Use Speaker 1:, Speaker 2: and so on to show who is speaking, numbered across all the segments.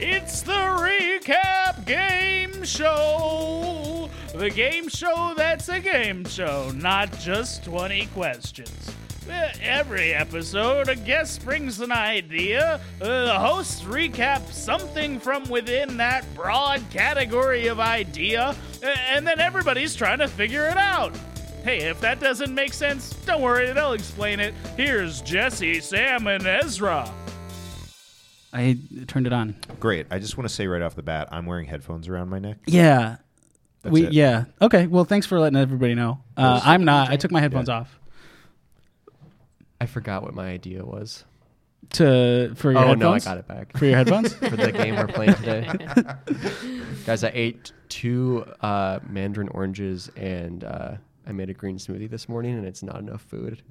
Speaker 1: It's the Recap Game Show! The game show that's a game show, not just 20 questions. Eh, Every episode, a guest brings an idea. Uh, The hosts recap something from within that broad category of idea, a- and then everybody's trying to figure it out. Hey, if that doesn't make sense, don't worry, they'll explain it. Here's Jesse, Sam, and Ezra.
Speaker 2: I turned it on.
Speaker 3: Great. I just want to say right off the bat, I'm wearing headphones around my neck.
Speaker 2: Yeah.
Speaker 3: That's
Speaker 2: we
Speaker 3: it.
Speaker 2: yeah. Okay. Well, thanks for letting everybody know. Uh, I'm not. I took my headphones off
Speaker 4: I forgot what my idea was.
Speaker 2: to for your
Speaker 4: oh
Speaker 2: headphones.
Speaker 4: no, I got it back
Speaker 2: For your headphones.
Speaker 4: for the game we're playing today. Guys, I ate two uh, mandarin oranges and uh, I made a green smoothie this morning, and it's not enough food.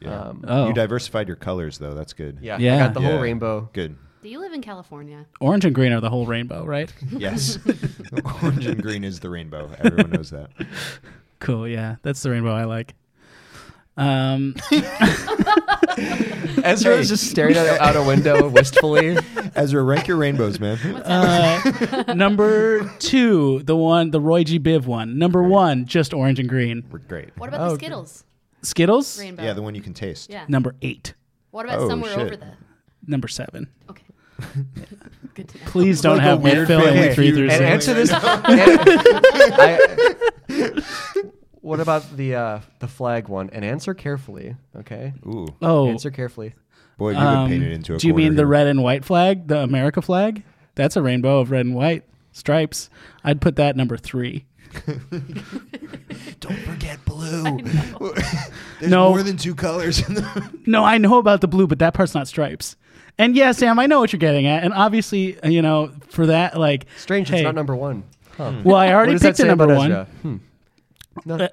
Speaker 3: Yeah.
Speaker 4: Um,
Speaker 2: oh,
Speaker 3: You diversified your colors though. That's good.
Speaker 4: yeah, I
Speaker 2: Yeah.
Speaker 4: got the whole
Speaker 3: Uh, Yeah.
Speaker 4: rainbow.
Speaker 3: Good.
Speaker 5: Do you live in California?
Speaker 2: orange and green are the whole rainbow, right?
Speaker 4: Mm-hmm.
Speaker 3: Yes. Orange and green is the rainbow. Everyone knows that.
Speaker 2: cool. Yeah, that's the rainbow I like. Um,
Speaker 4: Ezra was just staring out, out a window wistfully.
Speaker 3: Ezra, rank your rainbows, man.
Speaker 2: uh, number two, the one, the Roy G. Biv one. Number one, just orange and green.
Speaker 3: We're great.
Speaker 5: What about the Skittles?
Speaker 2: Skittles.
Speaker 5: Rainbow.
Speaker 3: Yeah, the one you can taste.
Speaker 5: Yeah.
Speaker 2: Number eight.
Speaker 5: What about
Speaker 3: Oh,
Speaker 5: somewhere
Speaker 3: shit.
Speaker 5: over the?
Speaker 2: Number seven.
Speaker 5: Okay. Good to know.
Speaker 2: Please don't
Speaker 3: Like a
Speaker 2: have me
Speaker 3: weird
Speaker 2: fill
Speaker 3: family
Speaker 2: in three
Speaker 3: feud
Speaker 2: through
Speaker 3: or
Speaker 4: and
Speaker 3: Really?
Speaker 2: six.
Speaker 4: answer this. I- what about the uh, the flag one? And answer carefully, okay?
Speaker 3: Ooh,
Speaker 2: Oh,
Speaker 4: Answer carefully.
Speaker 3: boy, you
Speaker 2: Um,
Speaker 3: would paint it into a.
Speaker 2: do you
Speaker 3: corner
Speaker 2: mean the
Speaker 3: here.
Speaker 2: red and white flag, the America flag? That's a rainbow of red and white stripes. I'd put that number three.
Speaker 3: Don't forget blue. There's
Speaker 2: No.
Speaker 3: more than two colors. In the-
Speaker 2: No, I know about the blue, but that part's not stripes. And yeah, Sam, I know what you're getting at. And obviously, uh, you know, for that, like,
Speaker 4: Strange,
Speaker 2: hey,
Speaker 4: it's not number one. Huh.
Speaker 2: Well, I
Speaker 4: What
Speaker 2: already
Speaker 4: does that
Speaker 2: picked a
Speaker 4: say
Speaker 2: number
Speaker 4: about
Speaker 2: one.
Speaker 4: Ezra? Hmm. No,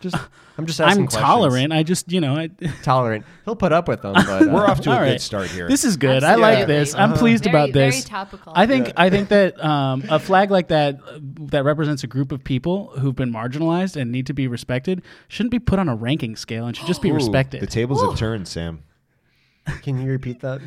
Speaker 4: just I'm just asking
Speaker 2: Uh, I'm
Speaker 4: questions.
Speaker 2: tolerant. I just, you know, I,
Speaker 4: Tolerant. He'll put up up with them. But, uh,
Speaker 3: We're off to
Speaker 2: All
Speaker 3: a
Speaker 2: right.
Speaker 3: good start here.
Speaker 2: this is good. I
Speaker 5: Absolutely. Uh-huh.
Speaker 2: like this. I'm pleased
Speaker 5: Very-
Speaker 2: about this.
Speaker 5: Very topical.
Speaker 2: I think I think that um, a flag like that uh, that represents a group of people who've been marginalized and need to be respected shouldn't be put on a ranking scale and should just be
Speaker 3: Ooh,
Speaker 2: respected.
Speaker 3: The tables have turned, Sam.
Speaker 4: Can you repeat that?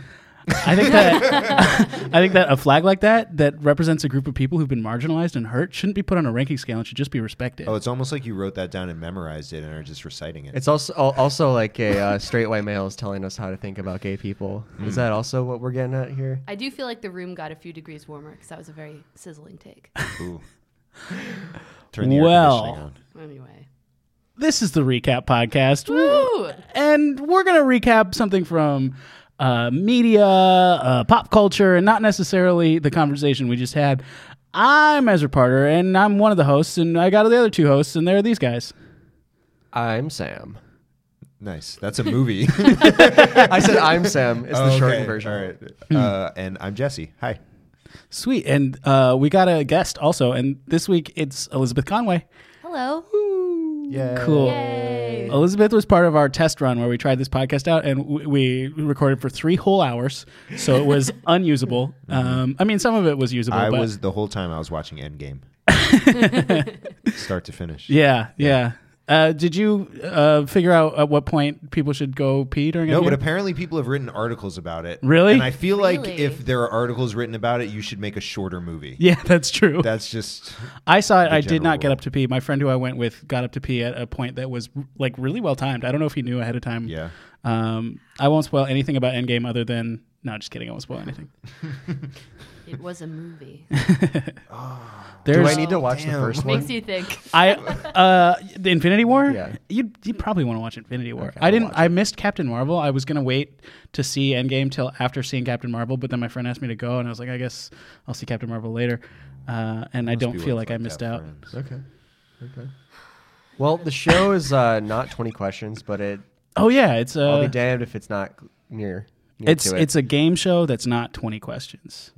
Speaker 2: I think that I think that a flag like that that represents a group of people who've been marginalized and hurt shouldn't be put on a ranking scale and should just be respected.
Speaker 3: Oh, it's almost like you wrote that down and memorized it and are just reciting it.
Speaker 4: It's also al- also like a uh, straight white male is telling us how to think about gay people. Is that also what we're getting at here?
Speaker 5: I do feel like the room got a few degrees warmer because that was a very sizzling take.
Speaker 3: Ooh. Turn the air
Speaker 2: Well.
Speaker 3: conditioning on.
Speaker 5: Anyway.
Speaker 2: This is the recap podcast,
Speaker 5: Woo!
Speaker 2: and we're gonna recap something from uh, media, uh, pop culture, and not necessarily the conversation we just had. I'm Ezra Parter, and I'm one of the hosts, and I got the other two hosts, and they're these guys.
Speaker 4: I'm Sam.
Speaker 3: Nice. That's a movie.
Speaker 4: I said I'm Sam. It's the shortened
Speaker 3: Okay,
Speaker 4: version.
Speaker 3: All
Speaker 2: Hmm.
Speaker 3: right. Uh, and I'm Jesse. Hi.
Speaker 2: Sweet, and uh, we got a guest also, and this week it's Elizabeth Conway.
Speaker 5: Hello.
Speaker 3: Yeah.
Speaker 2: Cool.
Speaker 5: Yay.
Speaker 2: Elizabeth was part of our test run where we tried this podcast out and w- we recorded for three whole hours, so it was unusable. Um, I mean, some of it was usable.
Speaker 3: I
Speaker 2: but
Speaker 3: was the whole time I was watching Endgame, start to finish.
Speaker 2: Yeah, yeah. Uh, did you uh, figure out at what point people should go pee during?
Speaker 3: No,
Speaker 2: a
Speaker 3: but
Speaker 2: year?
Speaker 3: apparently people have written articles about it.
Speaker 2: Really?
Speaker 3: And I feel like
Speaker 5: Really?
Speaker 3: if there are articles written about it, you should make a shorter movie.
Speaker 2: yeah, that's true.
Speaker 3: That's just
Speaker 2: I saw it.
Speaker 3: the
Speaker 2: I did
Speaker 3: general
Speaker 2: not get
Speaker 3: rule.
Speaker 2: up to pee. My friend who I went with got up to pee at a point that was r- like really well timed. I don't know if he knew ahead of time.
Speaker 3: yeah.
Speaker 2: Um, I won't spoil anything about Endgame other than no, just kidding. I won't spoil anything.
Speaker 5: It was a movie.
Speaker 4: Do
Speaker 2: There's
Speaker 4: I need to watch the
Speaker 3: damn.
Speaker 4: first one?
Speaker 5: Makes you think.
Speaker 2: I uh the Infinity War?
Speaker 4: Yeah.
Speaker 2: You you probably want to watch Infinity War. I didn't I missed Captain Marvel. I was going to wait to see Endgame till after seeing Captain Marvel, but then my friend asked me to go and I was like, I guess I'll see Captain Marvel later. Uh, and I
Speaker 3: Must
Speaker 2: don't
Speaker 3: be
Speaker 2: feel
Speaker 3: what it's
Speaker 2: like I missed
Speaker 3: to have
Speaker 2: out.
Speaker 3: friends.
Speaker 4: Okay. Okay. Well, the show is uh, not 20 questions, but it.
Speaker 2: Oh yeah, it's a
Speaker 4: I'll be damned if it's not near. near
Speaker 2: it's
Speaker 4: to it.
Speaker 2: it's a game show that's not 20 questions.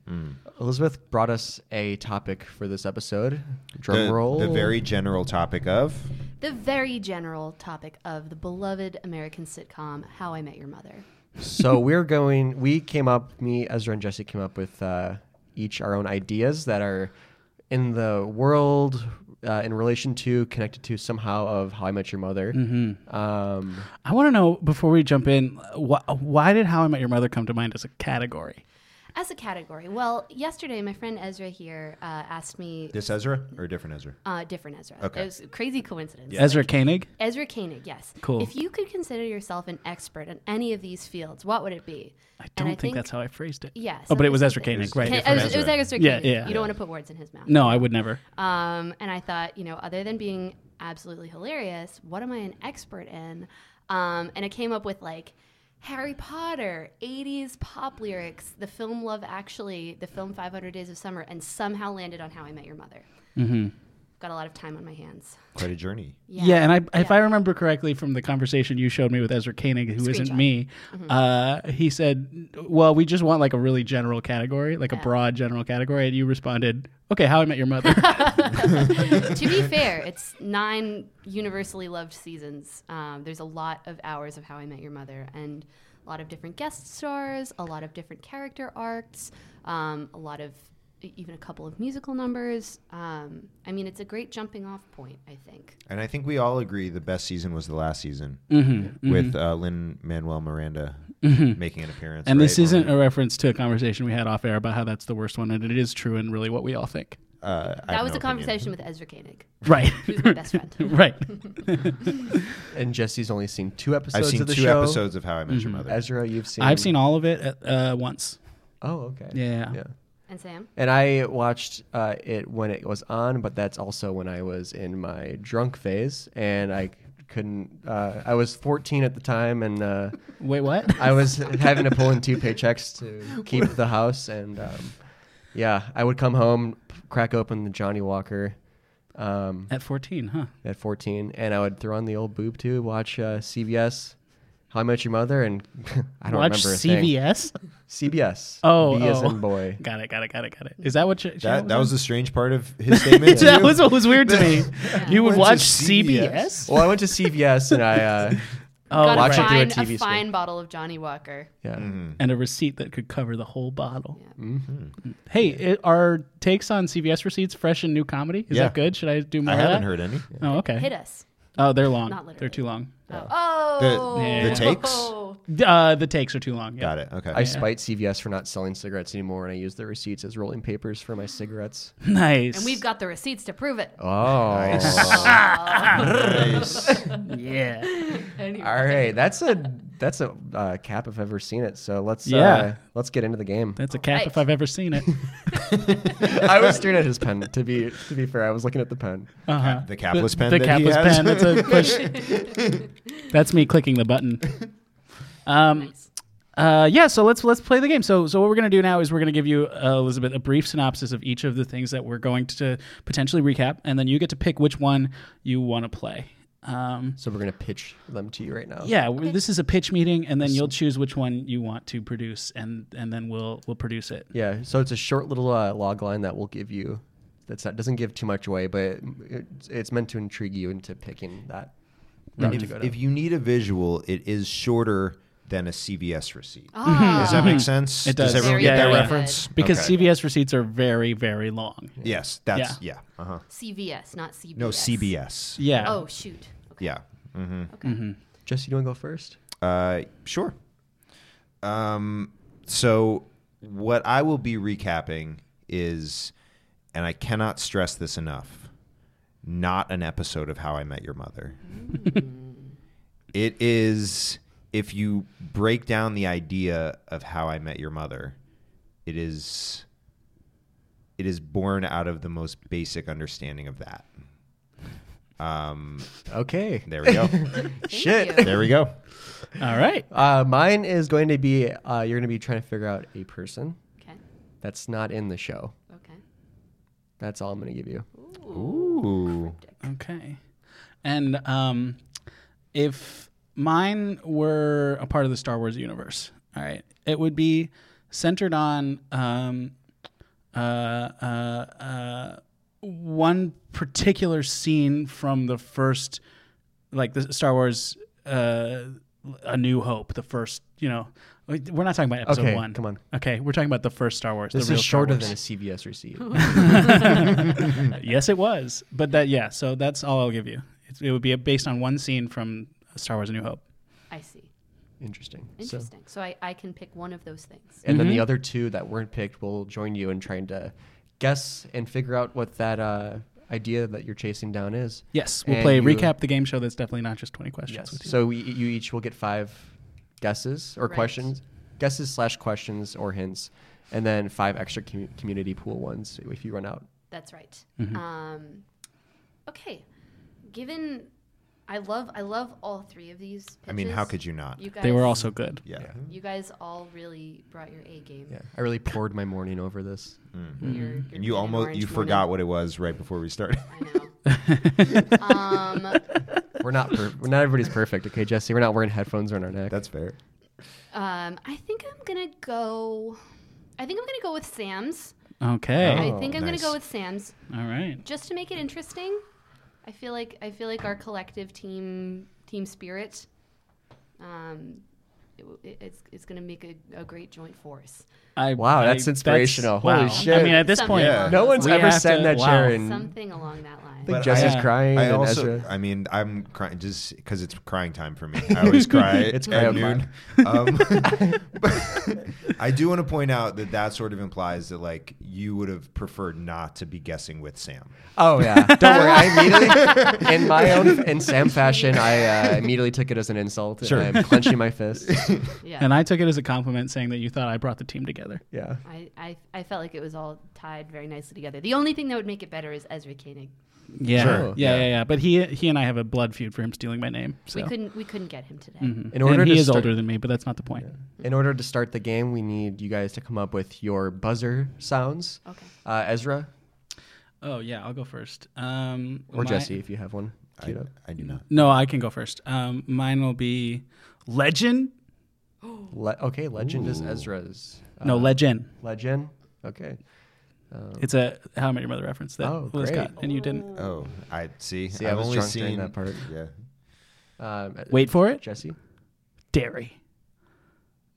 Speaker 4: Elizabeth brought us a topic for this episode. Drum
Speaker 3: The,
Speaker 4: roll.
Speaker 3: the very general topic of
Speaker 5: The very general topic of the beloved American sitcom How I Met Your Mother.
Speaker 4: so we're going. We came up. Me, Ezra, and Jesse came up with uh, each our own ideas that are in the world, uh, in relation to, connected to somehow of How I Met Your Mother.
Speaker 2: Mm-hmm.
Speaker 4: Um,
Speaker 2: I want to know before we jump in wh- why did How I Met Your Mother come to mind as a category?
Speaker 5: As a category, well, yesterday my friend Ezra here uh, asked me
Speaker 3: This Ezra or a different Ezra?
Speaker 5: uh, different Ezra.
Speaker 3: Okay.
Speaker 5: It was a crazy coincidence.
Speaker 2: Ezra Koenig.
Speaker 5: Ezra Koenig, yes.
Speaker 2: Cool.
Speaker 5: If you could consider yourself an expert in any of these fields, what would it be?
Speaker 2: I
Speaker 5: And
Speaker 2: don't think, that's how I phrased it.
Speaker 5: Yes.
Speaker 2: Oh, but it was Ezra
Speaker 5: something-
Speaker 2: Koenig, right?
Speaker 5: It
Speaker 3: Different
Speaker 5: was, it was
Speaker 3: Ezra.
Speaker 5: Ezra
Speaker 2: Yeah,
Speaker 5: Koenig.
Speaker 2: yeah.
Speaker 5: You don't want to put words in his mouth.
Speaker 2: No, I would never.
Speaker 5: Um, and I thought, you know, other than being absolutely hilarious, what am I an expert in? Um, and I came up with like Harry Potter, 80s pop lyrics, the film Love Actually, the film 500 Days of Summer, and somehow landed on How I Met Your Mother. Mm-hmm. Got a lot of time on my hands.
Speaker 3: Quite a journey.
Speaker 2: Yeah, and I, if I remember correctly from the conversation you showed me with Ezra Koenig, who not
Speaker 5: Screenshot.
Speaker 2: me, uh, he said, "Well, we just want like a really general category, like a broad general category," and you responded, "Okay, How I Met Your Mother."
Speaker 5: to be fair, it's nine universally loved seasons. Um, there's a lot of hours of How I Met Your Mother and a lot of different guest stars, a lot of different character arcs, um, a lot of e, even a couple of musical numbers. Um, I mean, it's a great jumping off point, I think.
Speaker 3: And I think we all agree the best season was the last season
Speaker 2: Mm-hmm,
Speaker 3: with uh, Lynn Manuel Miranda making an appearance.
Speaker 2: and this
Speaker 3: right?
Speaker 2: isn't a reference to a conversation we had off air about how that's the worst one, and it is true and really what we all think.
Speaker 3: Uh, I
Speaker 5: That
Speaker 3: have
Speaker 5: was
Speaker 3: no
Speaker 5: a conversation with Ezra Koenig,
Speaker 2: Right,
Speaker 5: who's my best friend.
Speaker 2: right.
Speaker 4: And Jesse's only seen two episodes
Speaker 3: Opinion. I've seen
Speaker 4: of the
Speaker 3: two
Speaker 4: show.
Speaker 3: episodes of How I Met
Speaker 2: Mm-hmm.
Speaker 3: Your Mother.
Speaker 4: Ezra, you've seen.
Speaker 2: I've seen all of it uh, once.
Speaker 4: Oh, okay.
Speaker 2: Yeah.
Speaker 4: Yeah.
Speaker 5: And Sam?
Speaker 4: And I watched uh, it when it was on, but that's also when I was in my drunk phase, and I couldn't. Uh, I was 14 at the time, and uh,
Speaker 2: Wait, what?
Speaker 4: I was having to pull in two paychecks to keep the house, and um, yeah, I would come home, crack open the Johnny Walker um,
Speaker 2: At fourteen, huh?
Speaker 4: at 14, and I would throw on the old boob tube, watch uh, CBS, How I Met Your Mother, and I don't
Speaker 2: Watch
Speaker 4: remember a thing.
Speaker 2: CVS.
Speaker 4: CBS.
Speaker 2: Oh,
Speaker 4: B as
Speaker 2: oh.
Speaker 4: in boy.
Speaker 2: Got it. Got it. Got it. Got it. Is that what you?
Speaker 3: That, that was the strange part of his statement. to
Speaker 2: that
Speaker 3: you.
Speaker 2: was what was weird to me. You would
Speaker 3: Went to
Speaker 2: watch
Speaker 3: CBS?
Speaker 2: CBS.
Speaker 4: Well, I went to CVS and I uh,
Speaker 2: Oh,
Speaker 5: Got
Speaker 4: watch
Speaker 5: a
Speaker 4: it through a
Speaker 5: fine,
Speaker 4: TV screen.
Speaker 5: fine bottle of Johnny Walker.
Speaker 4: yeah.
Speaker 2: and a receipt that could cover the whole bottle.
Speaker 5: Yeah.
Speaker 2: Hey, it, are takes on CVS receipts fresh and new comedy? Is
Speaker 3: Yeah.
Speaker 2: that good? Should I do more?
Speaker 3: I
Speaker 2: of
Speaker 3: haven't
Speaker 2: that?
Speaker 3: heard any.
Speaker 2: Oh, okay.
Speaker 5: Hit us.
Speaker 2: Oh, they're long.
Speaker 5: Not literally.
Speaker 2: They're too long.
Speaker 5: Oh!
Speaker 3: The- the takes?
Speaker 2: Uh, the takes are too long. Yeah.
Speaker 3: Got it. Okay.
Speaker 4: I spite CVS for not selling cigarettes anymore, and I use the receipts as rolling papers for my cigarettes.
Speaker 2: Nice.
Speaker 5: And we've got the receipts to prove it. Oh.
Speaker 4: Oh,
Speaker 3: Nice.
Speaker 2: yeah.
Speaker 5: Anyway.
Speaker 4: all right. That's a that's a uh, cap if I've ever seen it. So let's
Speaker 2: Yeah.
Speaker 4: uh, let's get into the game.
Speaker 2: That's a cap
Speaker 5: Right.
Speaker 2: if I've ever seen it.
Speaker 4: I was staring at his pen. To be to be fair, I was looking at the pen.
Speaker 2: Uh-huh.
Speaker 3: The capless pen.
Speaker 2: the
Speaker 3: that he
Speaker 2: capless
Speaker 3: has.
Speaker 2: pen. That's a push. That's me clicking the button. Um,
Speaker 5: Nice.
Speaker 2: Uh, yeah, so let's let's play the game. So so what we're gonna do now is we're gonna give you uh, Elizabeth a brief synopsis of each of the things that we're going to potentially recap, and then you get to pick which one you want to play. Um,
Speaker 4: So we're gonna pitch them to you right now.
Speaker 2: yeah, w this is a pitch meeting, and then you'll choose which one you want to produce, and and then we'll we'll produce it.
Speaker 4: Yeah. So it's a short little uh, log line that will give you. That's not doesn't give too much away, but it, it's- it's meant to intrigue you into picking that. route to
Speaker 3: If,
Speaker 4: go down.
Speaker 3: if you need a visual, it is shorter than a CVS receipt.
Speaker 5: Ah.
Speaker 3: Does that make sense?
Speaker 2: It does.
Speaker 3: everyone
Speaker 2: Very
Speaker 3: get
Speaker 2: good.
Speaker 3: that
Speaker 2: Yeah.
Speaker 3: reference?
Speaker 2: Because
Speaker 3: Okay.
Speaker 2: CVS receipts are very very long.
Speaker 3: Yes, that's yeah. Uh-huh.
Speaker 5: CVS, not CBS.
Speaker 3: No CBS.
Speaker 2: Yeah.
Speaker 5: Oh shoot. Okay.
Speaker 3: Yeah. Mm-hmm.
Speaker 5: Okay.
Speaker 4: Jesse, you want to go first?
Speaker 3: Uh, sure. Um, so what I will be recapping is, and I cannot stress this enough, not an episode of How I Met Your Mother. it is if you break down the idea of How I Met Your Mother, it is it is born out of the most basic understanding of that. Um,
Speaker 4: Okay.
Speaker 3: there we go.
Speaker 5: Thank
Speaker 4: Shit.
Speaker 5: you.
Speaker 3: there we go.
Speaker 2: All right.
Speaker 4: Uh, mine is going to be uh, you're going to be trying to figure out a person
Speaker 5: Okay.
Speaker 4: that's not in the show.
Speaker 5: Okay.
Speaker 4: That's all I'm going to give you.
Speaker 3: Ooh.
Speaker 2: Okay. And um, if mine were a part of the Star Wars universe, all right, it would be centered on um, uh, uh, uh, one particular scene from the first, like the Star Wars uh, A New Hope, the first, you know. We're not talking about episode
Speaker 4: Okay,
Speaker 2: one.
Speaker 4: come on.
Speaker 2: Okay, we're talking about the first Star Wars.
Speaker 4: This
Speaker 2: the real
Speaker 4: is
Speaker 2: Star
Speaker 4: shorter
Speaker 2: Wars.
Speaker 4: than a CVS receipt.
Speaker 2: yes, it was. But that, yeah. So that's all I'll give you. It, it would be based on one scene from Star Wars: A New Hope.
Speaker 5: I see.
Speaker 4: interesting. So-
Speaker 5: Interesting. So, I, I can pick one of those things.
Speaker 4: and then
Speaker 2: Mm-hmm.
Speaker 4: the other two that weren't picked will join you in trying to guess and figure out what that uh, idea that you're chasing down is.
Speaker 2: Yes, we'll
Speaker 4: And
Speaker 2: play
Speaker 4: you-
Speaker 2: recap the game show. That's definitely not just twenty questions.
Speaker 4: Yes.
Speaker 2: with you.
Speaker 4: So we, you each will get five guesses or
Speaker 5: Right.
Speaker 4: questions, guesses slash questions or hints, and then five extra commu- community pool ones if you run out.
Speaker 5: That's right.
Speaker 3: Mm-hmm.
Speaker 5: Um, okay. Given, I love I love all three of these. Pitches.
Speaker 3: I mean, how could you not?
Speaker 5: you guys?
Speaker 2: they were also good.
Speaker 3: yeah.
Speaker 5: You guys all really brought your A game.
Speaker 4: Yeah, I really poured my morning over this.
Speaker 5: Your- your
Speaker 3: Mm-hmm. And
Speaker 5: green
Speaker 3: you almost
Speaker 5: orange
Speaker 3: you
Speaker 5: moment.
Speaker 3: forgot what it was right before we started.
Speaker 5: I know. um,
Speaker 4: We're not per- we're not everybody's perfect, okay, Jesse. We're not wearing headphones around our neck.
Speaker 3: That's fair.
Speaker 5: Um, I think I'm gonna go. I think I'm gonna go with Sam's.
Speaker 2: Okay.
Speaker 5: I think I'm
Speaker 3: Oh, nice.
Speaker 5: gonna go with Sam's
Speaker 2: All right.
Speaker 5: just to make it interesting. I feel like I feel like our collective team team spirit. Um, it, w- it- it's it's gonna make a, a great joint force.
Speaker 2: I,
Speaker 4: Wow,
Speaker 2: I-
Speaker 4: that's inspirational. Holy
Speaker 2: wow. I
Speaker 4: shit.
Speaker 2: mean, at this
Speaker 5: Something
Speaker 2: point,
Speaker 3: Yeah.
Speaker 5: along
Speaker 4: no
Speaker 5: those
Speaker 4: one's
Speaker 5: lines.
Speaker 2: We
Speaker 4: ever
Speaker 2: have
Speaker 4: said
Speaker 2: to-
Speaker 4: that
Speaker 2: wow.
Speaker 4: chair, and
Speaker 5: something along that line.
Speaker 4: I think
Speaker 3: But
Speaker 4: Jesse's
Speaker 2: I-
Speaker 4: crying.
Speaker 3: I
Speaker 4: and
Speaker 3: also,
Speaker 4: Ezra-
Speaker 3: I mean, I'm crying just because it's crying time for me. I always cry
Speaker 4: It's cry
Speaker 3: at
Speaker 4: out
Speaker 3: noon.
Speaker 4: loud.
Speaker 3: Um, I do want to point out that that sort of implies that like you would have preferred not to be guessing with Sam.
Speaker 4: Oh yeah, don't worry. I immediately, in my own, in Sam fashion, I uh, immediately took it as an insult.
Speaker 3: Sure.
Speaker 4: And I'm clenching my fist.
Speaker 5: yeah.
Speaker 2: And I took it as a compliment saying that you thought I brought the team together.
Speaker 4: Yeah.
Speaker 5: I, I, I felt like it was all tied very nicely together. The only thing that would make it better is Ezra Koenig.
Speaker 2: Yeah.
Speaker 3: Sure,
Speaker 2: yeah,
Speaker 3: yeah.
Speaker 2: yeah, yeah. But he he and I have a blood feud for him stealing my name. So Mm-hmm.
Speaker 5: We couldn't we couldn't get him today.
Speaker 4: In order
Speaker 2: and he
Speaker 4: to
Speaker 2: is
Speaker 4: start,
Speaker 2: older than me, but that's not the point.
Speaker 4: In order to start the game, we need you guys to come up with your buzzer sounds.
Speaker 5: Okay.
Speaker 4: Uh, Ezra
Speaker 2: Oh yeah, I'll go first. Um,
Speaker 4: or
Speaker 2: my-
Speaker 4: Jesse, if you have one. Queued up.
Speaker 3: I do not.
Speaker 2: No, I can go first. Um, mine will be legend.
Speaker 4: Le- okay, legend is Ezra's. Uh,
Speaker 2: No, legend.
Speaker 4: legend. Okay.
Speaker 2: It's a How I Met Your Mother reference that
Speaker 4: Oh,
Speaker 2: Liz
Speaker 4: great.
Speaker 2: got, and you didn't.
Speaker 3: Oh, I see.
Speaker 4: See, I
Speaker 3: I've
Speaker 4: was
Speaker 3: only
Speaker 4: drunk during
Speaker 3: seen
Speaker 4: that part.
Speaker 3: Yeah.
Speaker 4: Um, uh,
Speaker 2: Wait for it,
Speaker 4: Jesse.
Speaker 2: dairy.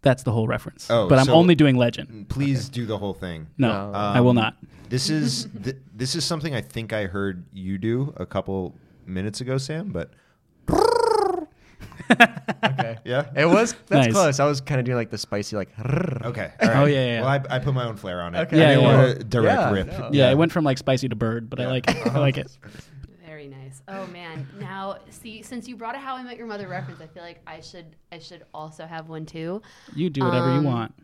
Speaker 2: That's the whole reference.
Speaker 3: Oh,
Speaker 2: but I'm
Speaker 3: so-
Speaker 2: only doing legend.
Speaker 3: Please do the whole thing.
Speaker 2: No,
Speaker 4: No. Um,
Speaker 2: I will not.
Speaker 3: This is th- this is something I think I heard you do a couple minutes ago, Sam. But
Speaker 4: Okay.
Speaker 3: yeah.
Speaker 4: It was that's
Speaker 2: Nice.
Speaker 4: close. I was kind of doing like the spicy like.
Speaker 3: Okay. all right.
Speaker 2: Oh, yeah, yeah,
Speaker 3: Well, I, I put my own flair on it.
Speaker 4: Okay.
Speaker 2: Yeah,
Speaker 3: I didn't
Speaker 2: yeah.
Speaker 3: want to direct
Speaker 4: Yeah,
Speaker 3: rip.
Speaker 4: no.
Speaker 2: Yeah, it went from like spicy to bird, but I like it. I like it.
Speaker 5: Very nice. Oh man. Now see since you brought a How I Met Your Mother reference, I feel like I should I should also have one too.
Speaker 2: You do whatever you
Speaker 5: Um,
Speaker 2: want.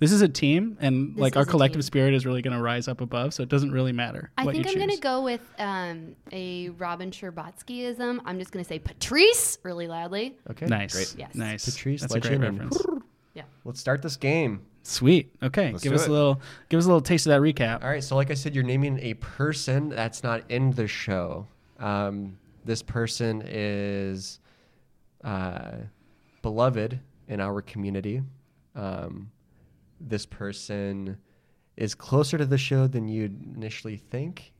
Speaker 2: This is a team, and like our
Speaker 5: is a
Speaker 2: collective
Speaker 5: team.
Speaker 2: spirit is really going to rise up above. So it doesn't really matter.
Speaker 5: I
Speaker 2: what
Speaker 5: think
Speaker 2: you
Speaker 5: I'm gonna
Speaker 2: choose.
Speaker 5: go with um, a Robin Sherbotskyism. I'm just gonna say Patrice really loudly.
Speaker 4: Okay.
Speaker 2: Nice,
Speaker 3: Great.
Speaker 5: Yes.
Speaker 2: nice.
Speaker 4: Patrice
Speaker 2: That's a great
Speaker 4: Legend.
Speaker 2: reference.
Speaker 5: Yeah.
Speaker 4: Let's start this game.
Speaker 2: Sweet. Okay,
Speaker 3: Let's
Speaker 2: give
Speaker 3: do
Speaker 2: us
Speaker 3: it.
Speaker 2: a little, give us a little taste of that recap.
Speaker 4: All right. So, like I said, you're naming a person that's not in the show. Um, this person is uh, beloved in our community. Um, this person is closer to the show than you'd initially think.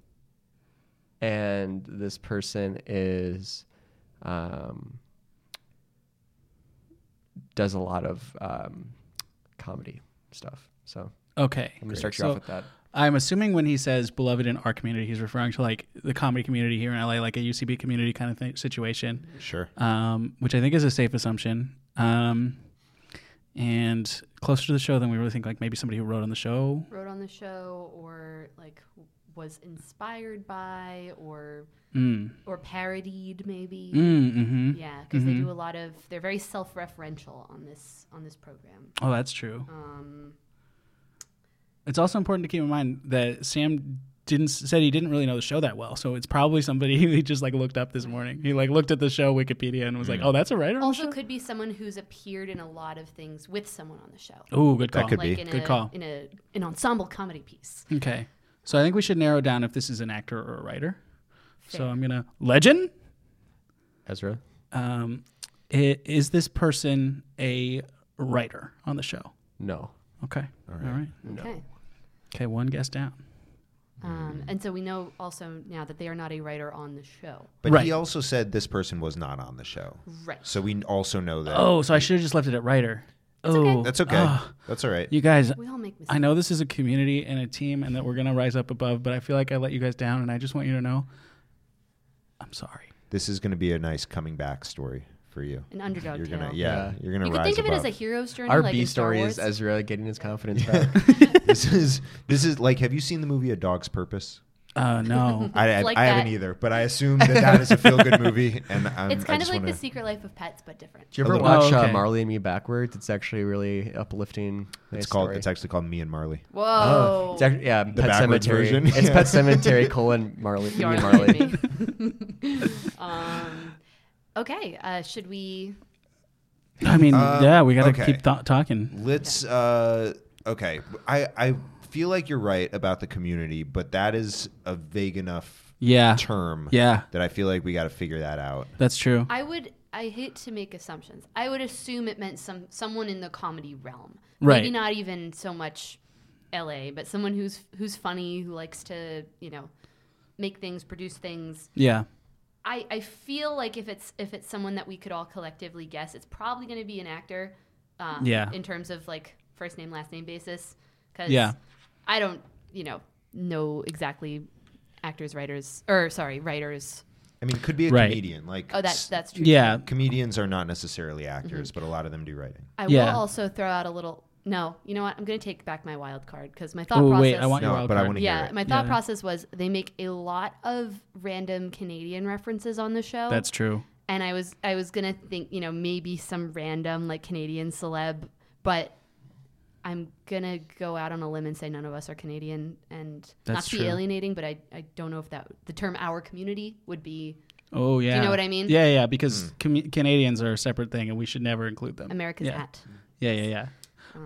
Speaker 4: And this person is um, does a lot of um, comedy stuff. So
Speaker 2: Okay,
Speaker 4: I'm gonna start you
Speaker 2: So
Speaker 4: off with that.
Speaker 2: I'm assuming when he says beloved in our community, he's referring to like the comedy community here in LA, like a UCB community kind of thing, situation,
Speaker 3: Sure.
Speaker 2: um, which I think is a safe assumption. Um, and closer to the show than we really think, like maybe somebody who wrote on the show.
Speaker 5: Wrote on the show or like was inspired by or
Speaker 2: Mm.
Speaker 5: or parodied maybe.
Speaker 2: Mm, hmm
Speaker 5: Yeah, because they do a lot of. They're very self-referential on this on this program.
Speaker 2: Oh, that's true.
Speaker 5: Um,
Speaker 2: It's also important to keep in mind that Sam didn't said he didn't really know the show that well, so it's probably somebody he just like looked up this morning. He like looked at the show Wikipedia and was
Speaker 4: Hmm.
Speaker 2: like, "Oh, that's a writer." on the
Speaker 5: also,
Speaker 2: show?
Speaker 5: could be someone who's appeared in a lot of things with someone on the show,
Speaker 2: Oh, good
Speaker 3: That
Speaker 2: call.
Speaker 3: could
Speaker 5: like
Speaker 3: be.
Speaker 5: in
Speaker 2: Good
Speaker 5: a
Speaker 2: call.
Speaker 5: in a an ensemble comedy piece.
Speaker 2: Okay, so I think we should narrow down if this is an actor or a writer. So
Speaker 5: Fair.
Speaker 2: I'm gonna legend.
Speaker 4: Ezra.
Speaker 2: Um, i- is this person a writer on the show?
Speaker 4: No.
Speaker 2: Okay, all right. All right.
Speaker 5: Okay.
Speaker 2: Okay, one guess down.
Speaker 5: Um, and so we know also now that they are not a writer on the show.
Speaker 3: But
Speaker 2: Right.
Speaker 3: he also said this person was not on the show.
Speaker 5: Right.
Speaker 3: So we also know that.
Speaker 2: Oh, so I should have just left it at writer.
Speaker 5: okay.
Speaker 2: Oh,
Speaker 3: That's okay.
Speaker 2: Ah.
Speaker 3: That's all right.
Speaker 2: you guys,
Speaker 5: We all make mistakes.
Speaker 2: I know this is a community and a team and that we're going to rise up above, but I feel like I let you guys down and I just want you to know I'm sorry.
Speaker 3: this is going to be a nice coming back story for you.
Speaker 5: An underdog
Speaker 3: You're gonna,
Speaker 5: tale.
Speaker 3: yeah,
Speaker 4: Yeah.
Speaker 3: You're gonna
Speaker 5: You could
Speaker 3: rise
Speaker 5: think of it as a
Speaker 3: above.
Speaker 5: hero's journey.
Speaker 4: Our
Speaker 5: like
Speaker 4: B
Speaker 5: in Star
Speaker 4: story
Speaker 5: Wars.
Speaker 4: is Ezra getting his confidence back.
Speaker 3: this is this is like. Have you seen the movie A Dog's Purpose?
Speaker 2: Uh, no.
Speaker 3: I, I,
Speaker 5: like
Speaker 3: I haven't
Speaker 5: that.
Speaker 3: either, but I assume that that is a feel-good movie, and I'm,
Speaker 5: It's
Speaker 3: I
Speaker 5: kind of
Speaker 3: just
Speaker 5: like
Speaker 3: wanna,
Speaker 5: the Secret Life of Pets, but different.
Speaker 4: Did you ever
Speaker 3: little-
Speaker 4: watch
Speaker 2: Oh,
Speaker 4: uh,
Speaker 2: okay.
Speaker 4: Marley and Me backwards? It's actually really uplifting.
Speaker 3: It's
Speaker 4: nice
Speaker 3: called.
Speaker 4: story.
Speaker 3: It's actually called Me and Marley.
Speaker 5: Whoa.
Speaker 4: Oh, it's actually, yeah, Pet
Speaker 3: backwards
Speaker 4: Cemetery.
Speaker 3: version.
Speaker 4: It's
Speaker 3: Yeah.
Speaker 4: Pet Cemetery colon Marley. Me and
Speaker 5: Yarn
Speaker 4: Marley.
Speaker 5: me. um, okay. Uh, should we?
Speaker 2: I mean,
Speaker 3: Uh,
Speaker 2: yeah, we got to
Speaker 3: okay.
Speaker 2: keep th- talking.
Speaker 3: Let's. Uh, okay, I I feel like you're right about the community, but that is a vague enough
Speaker 2: Yeah.
Speaker 3: term.
Speaker 2: Yeah.
Speaker 3: That I feel like we got to figure that out.
Speaker 2: That's true.
Speaker 5: I would. I hate to make assumptions. I would assume it meant some someone in the comedy realm.
Speaker 2: Right.
Speaker 5: Maybe not even so much L.A., but someone who's who's funny, who likes to you know make things, produce things.
Speaker 2: yeah.
Speaker 5: I, I feel like if it's if it's someone that we could all collectively guess, it's probably going to be an actor. Um,
Speaker 2: Yeah.
Speaker 5: In terms of like first name last name basis, because
Speaker 2: Yeah.
Speaker 5: I don't you know know exactly actors writers or sorry writers.
Speaker 3: I mean, it could be a
Speaker 2: Right.
Speaker 3: comedian. Like,
Speaker 5: Oh, that's Mm-hmm.
Speaker 3: s-
Speaker 5: that's true.
Speaker 2: Yeah.
Speaker 3: comedians are not necessarily actors, but a lot of them do writing.
Speaker 5: I
Speaker 2: Yeah.
Speaker 5: will also throw out a little. No, you know what? I'm going to take back my wild card because my thought
Speaker 2: Oh,
Speaker 5: process.
Speaker 2: wait, I want your
Speaker 3: No,
Speaker 2: wild
Speaker 3: but I
Speaker 2: card.
Speaker 3: wanna hear
Speaker 5: yeah,
Speaker 3: it.
Speaker 5: my thought
Speaker 2: Yeah.
Speaker 5: process was they make a lot of random Canadian references on the show.
Speaker 2: That's true.
Speaker 5: and I was I was gonna think you know maybe some random like Canadian celeb, but I'm gonna go out on a limb and say none of us are Canadian, and
Speaker 2: That's
Speaker 5: not to
Speaker 2: true.
Speaker 5: be alienating, but I I don't know if that the term our community would be
Speaker 2: Oh yeah.
Speaker 5: what I mean?
Speaker 2: Yeah, yeah. Because
Speaker 3: Hmm.
Speaker 2: commu- Canadians are a separate thing, and we should never include them.
Speaker 5: America's Um.
Speaker 2: Yeah.
Speaker 5: at.
Speaker 2: Yeah, yeah, yeah.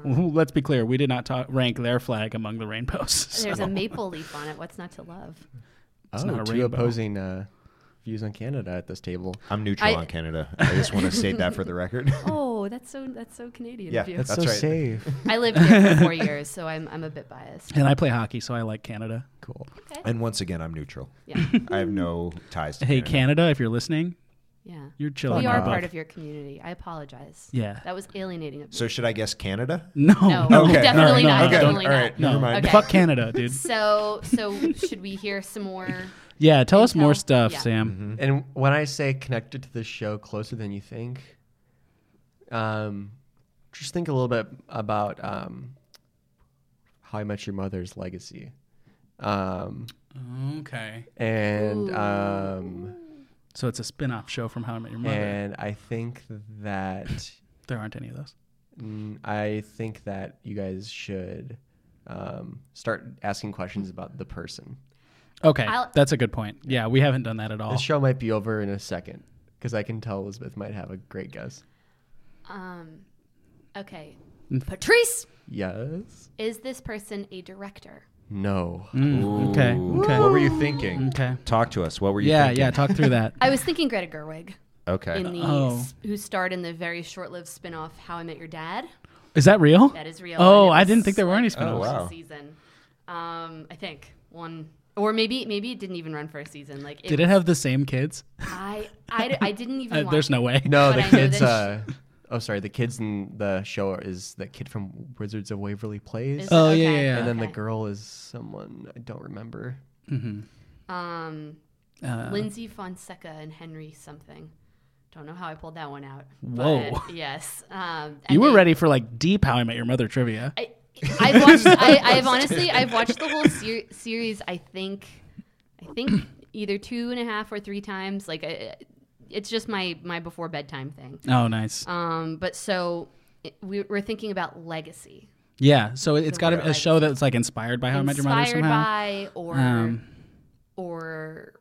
Speaker 2: Ooh, Let's be clear. We did not talk, rank their flag among the rainbows. So.
Speaker 5: There's a maple leaf on it. What's not to love?
Speaker 2: It's
Speaker 4: Oh,
Speaker 2: not a
Speaker 4: two
Speaker 2: rainbow.
Speaker 4: opposing uh, views on Canada at this table.
Speaker 3: I'm neutral
Speaker 5: I-
Speaker 3: on Canada. I just want to state that for the record.
Speaker 5: Oh, that's so that's so Canadian
Speaker 3: Yeah,
Speaker 5: of you.
Speaker 3: that's-
Speaker 4: so
Speaker 3: right.
Speaker 4: safe.
Speaker 5: I lived there for four years, so I'm I'm a bit biased.
Speaker 2: And I play hockey, so I like Canada.
Speaker 4: cool.
Speaker 3: and once again, I'm neutral.
Speaker 5: Yeah,
Speaker 3: I have no ties to
Speaker 2: Hey,
Speaker 3: Canada.
Speaker 2: Canada, if you're listening,
Speaker 5: yeah.
Speaker 2: you're chilling.
Speaker 5: we are
Speaker 2: above.
Speaker 5: part of your community. I apologize.
Speaker 2: Yeah.
Speaker 5: That was alienating of me.
Speaker 3: So should I guess Canada?
Speaker 2: No.
Speaker 5: No,
Speaker 3: Okay.
Speaker 5: definitely
Speaker 2: No, no,
Speaker 5: not.
Speaker 2: okay.
Speaker 5: Definitely
Speaker 3: All
Speaker 5: not.
Speaker 3: right.
Speaker 2: No.
Speaker 3: Never mind.
Speaker 5: Okay.
Speaker 2: Fuck Canada, dude.
Speaker 5: So, so should we hear some more?
Speaker 2: Yeah, tell us more
Speaker 5: Intel.
Speaker 2: stuff,
Speaker 5: Yeah.
Speaker 2: Sam.
Speaker 4: And when I say connected to the show closer than you think, um, just think a little bit about um, how I met your mother's legacy, um,
Speaker 3: Mm-hmm.
Speaker 2: Okay.
Speaker 4: and um,
Speaker 2: So it's a spin off show from How I Met Your Mother.
Speaker 4: and I think that
Speaker 2: There aren't any of those.
Speaker 4: mm, I think that you guys should um, start asking questions about the person.
Speaker 2: Okay.
Speaker 5: I'll-
Speaker 2: That's a good point. Yeah, we haven't done that at all.
Speaker 4: This show might be over in a second because I can tell Elizabeth might have a great guess.
Speaker 5: Um, okay,
Speaker 2: Mm.
Speaker 5: Patrice,
Speaker 4: Yes.
Speaker 5: is this person a director?
Speaker 4: No.
Speaker 2: Mm, okay. Okay.
Speaker 3: What were you thinking?
Speaker 2: Okay.
Speaker 3: Talk to us. What were you
Speaker 2: Mm. Yeah,
Speaker 3: thinking?
Speaker 2: yeah. Talk through that.
Speaker 5: I was thinking Greta Gerwig,
Speaker 3: Okay.
Speaker 4: Uh,
Speaker 5: in the
Speaker 2: Oh.
Speaker 5: who starred in the very short-lived spin-off How I Met Your Dad.
Speaker 2: Is that real?
Speaker 5: That is real.
Speaker 2: Oh,
Speaker 5: and it
Speaker 2: I
Speaker 5: was
Speaker 2: didn't think there were any
Speaker 5: like
Speaker 2: spin offs.
Speaker 3: Oh, wow.
Speaker 5: one Season, um, I think one. Or maybe maybe it didn't even run for a season. Like
Speaker 2: Did it have the same kids?
Speaker 5: I I, I didn't even.
Speaker 2: Uh,
Speaker 5: watch
Speaker 2: there's
Speaker 5: it.
Speaker 2: no way.
Speaker 4: No,
Speaker 5: But
Speaker 4: the
Speaker 5: I know
Speaker 4: kids. Uh,
Speaker 5: that
Speaker 4: oh, sorry. The kids in the show is the kid from Wizards of Waverly Place,
Speaker 5: Is-
Speaker 2: Oh, yeah,
Speaker 5: okay,
Speaker 2: yeah, yeah.
Speaker 4: and then the
Speaker 5: okay.
Speaker 4: girl is someone I don't remember.
Speaker 5: Um,
Speaker 2: Uh,
Speaker 5: Lindsay Fonseca and Henry something. Don't know how I pulled that one out.
Speaker 2: Whoa.
Speaker 5: but yes. Um, and
Speaker 2: You were
Speaker 5: they-
Speaker 2: ready for like deep How I Met Your Mother trivia.
Speaker 5: I, I've watched. I, I've honestly, I've watched the whole ser- series. I think, I think either two and a half or three times. Like, I, it's just my my before bedtime thing.
Speaker 2: Oh, nice.
Speaker 5: Um, but so it, we, we're thinking about legacy,
Speaker 2: Yeah, so it's got to
Speaker 5: word
Speaker 2: be a
Speaker 5: like-
Speaker 2: show that's like inspired by How I Met Your Mother
Speaker 5: inspired
Speaker 2: somehow.
Speaker 5: by or
Speaker 2: Um,
Speaker 5: or,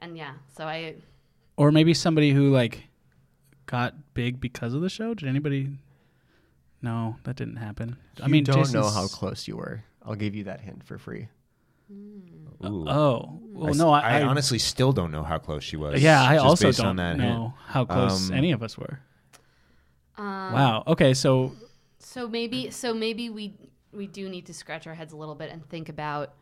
Speaker 5: and yeah. So I
Speaker 2: or maybe somebody who like got big because of the show. Did anybody? No, that didn't happen. I
Speaker 4: You
Speaker 2: mean,
Speaker 4: don't know
Speaker 2: Jason's-
Speaker 4: how close you were. I'll give you that hint for free.
Speaker 3: Ooh.
Speaker 2: Oh, well,
Speaker 3: s-
Speaker 2: no, I,
Speaker 3: I, honestly still don't know how close she was.
Speaker 2: yeah, I
Speaker 3: just
Speaker 2: also
Speaker 3: based on
Speaker 2: don't
Speaker 3: that hint.
Speaker 2: know how close
Speaker 3: Um,
Speaker 2: any of us were.
Speaker 5: um,
Speaker 2: Wow. Okay, so
Speaker 5: So maybe so maybe we we do need to scratch our heads a little bit and think about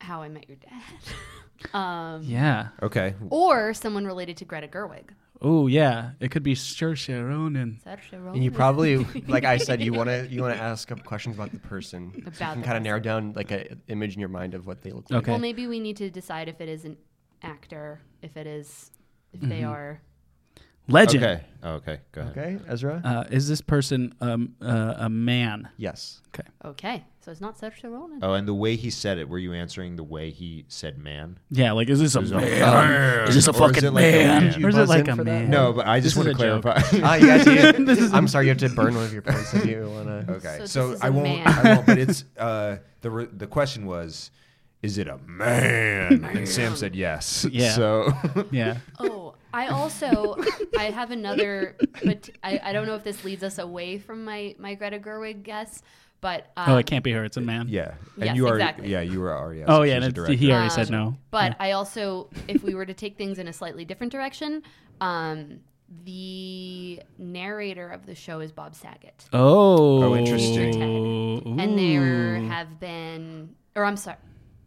Speaker 5: how I met your dad. um
Speaker 2: yeah.
Speaker 3: Okay.
Speaker 5: or someone related to Greta Gerwig.
Speaker 2: Oh, yeah. It could be Sir Sharon and
Speaker 4: And
Speaker 5: Oh.
Speaker 4: you probably, like I said, you want to you want to ask up questions about the person. so you
Speaker 5: About
Speaker 4: can
Speaker 5: the
Speaker 4: kind of narrow down like an image in your mind of what they look like.
Speaker 2: Okay.
Speaker 5: Well, maybe we need to decide if it is an actor, if it is, if they
Speaker 2: Mm-hmm.
Speaker 5: are.
Speaker 2: Legend.
Speaker 3: Okay. Oh, okay. Go ahead.
Speaker 4: Okay, Ezra.
Speaker 2: Uh, is this person um, uh, a man?
Speaker 4: yes.
Speaker 2: Okay.
Speaker 5: Okay, so it's not Saoirse Ronan.
Speaker 3: Oh, and the way he said it, were you answering the way he said man?
Speaker 2: Yeah, like is this a
Speaker 3: a
Speaker 2: man? Is this a
Speaker 3: Or is
Speaker 2: fucking
Speaker 3: it like a
Speaker 2: man?
Speaker 3: man?
Speaker 2: Or is
Speaker 4: Did you
Speaker 2: it like
Speaker 4: buzz in
Speaker 2: a
Speaker 4: for that?
Speaker 2: man?
Speaker 3: No, but I just
Speaker 2: This
Speaker 3: want to
Speaker 2: is a joke.
Speaker 3: clarify.
Speaker 4: Ah, you guys, you- I'm sorry, you have to burn one of your points if you want to.
Speaker 3: okay.
Speaker 5: this
Speaker 3: So,
Speaker 5: is a
Speaker 3: I won't,
Speaker 5: man.
Speaker 3: I won't. But it's uh, the re- the question was, is it a man? And Sam said yes.
Speaker 2: Yeah.
Speaker 3: So
Speaker 2: Yeah.
Speaker 5: Oh, I also I have another, but I, I don't know if this leads us away from my my Greta Gerwig guess, but um,
Speaker 2: Oh, it can't be her. It's a man.
Speaker 3: yeah, and
Speaker 5: Yes,
Speaker 3: you are
Speaker 5: exactly.
Speaker 3: yeah you were already.
Speaker 2: Oh yeah,
Speaker 3: she's a
Speaker 2: and it's,
Speaker 3: director.
Speaker 2: he already said no.
Speaker 5: Um, But I also, if we were to take things in a slightly different direction, um, the narrator of the show is Bob Saget,
Speaker 2: Oh.
Speaker 3: Oh, interesting.
Speaker 5: Future
Speaker 2: Ooh.
Speaker 5: and there have been, or I'm sorry,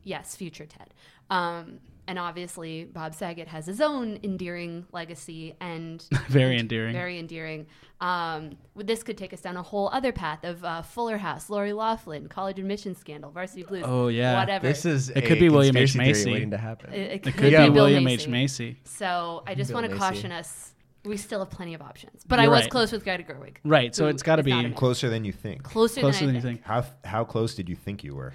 Speaker 5: yes, future Ted. Um, and obviously, Bob Saget has his own endearing legacy and
Speaker 2: Very endearing.
Speaker 5: very endearing. Um, well, this could take us down a whole other path of uh, Fuller House, Lori Laughlin, college admission scandal, Varsity Blues.
Speaker 2: Oh, yeah.
Speaker 5: whatever.
Speaker 4: This is
Speaker 2: It could be William H.
Speaker 4: conspiracy theory
Speaker 2: Macy.
Speaker 4: waiting to happen.
Speaker 5: it, it
Speaker 2: it
Speaker 5: could
Speaker 2: could
Speaker 5: be
Speaker 2: be
Speaker 5: Bill
Speaker 2: William H.
Speaker 5: Macy.
Speaker 2: Macy.
Speaker 5: So I just
Speaker 4: Bill
Speaker 5: want to
Speaker 4: Macy.
Speaker 5: caution us. We still have plenty of options, but I
Speaker 2: You're
Speaker 5: was
Speaker 2: right.
Speaker 5: close with Greta Gerwig.
Speaker 2: Right, so
Speaker 5: who
Speaker 2: it's gotta
Speaker 5: is not
Speaker 2: be
Speaker 5: a man.
Speaker 3: closer than you think.
Speaker 5: closer,
Speaker 2: Closer than
Speaker 5: than,
Speaker 2: you think.
Speaker 3: How how close did you think you were?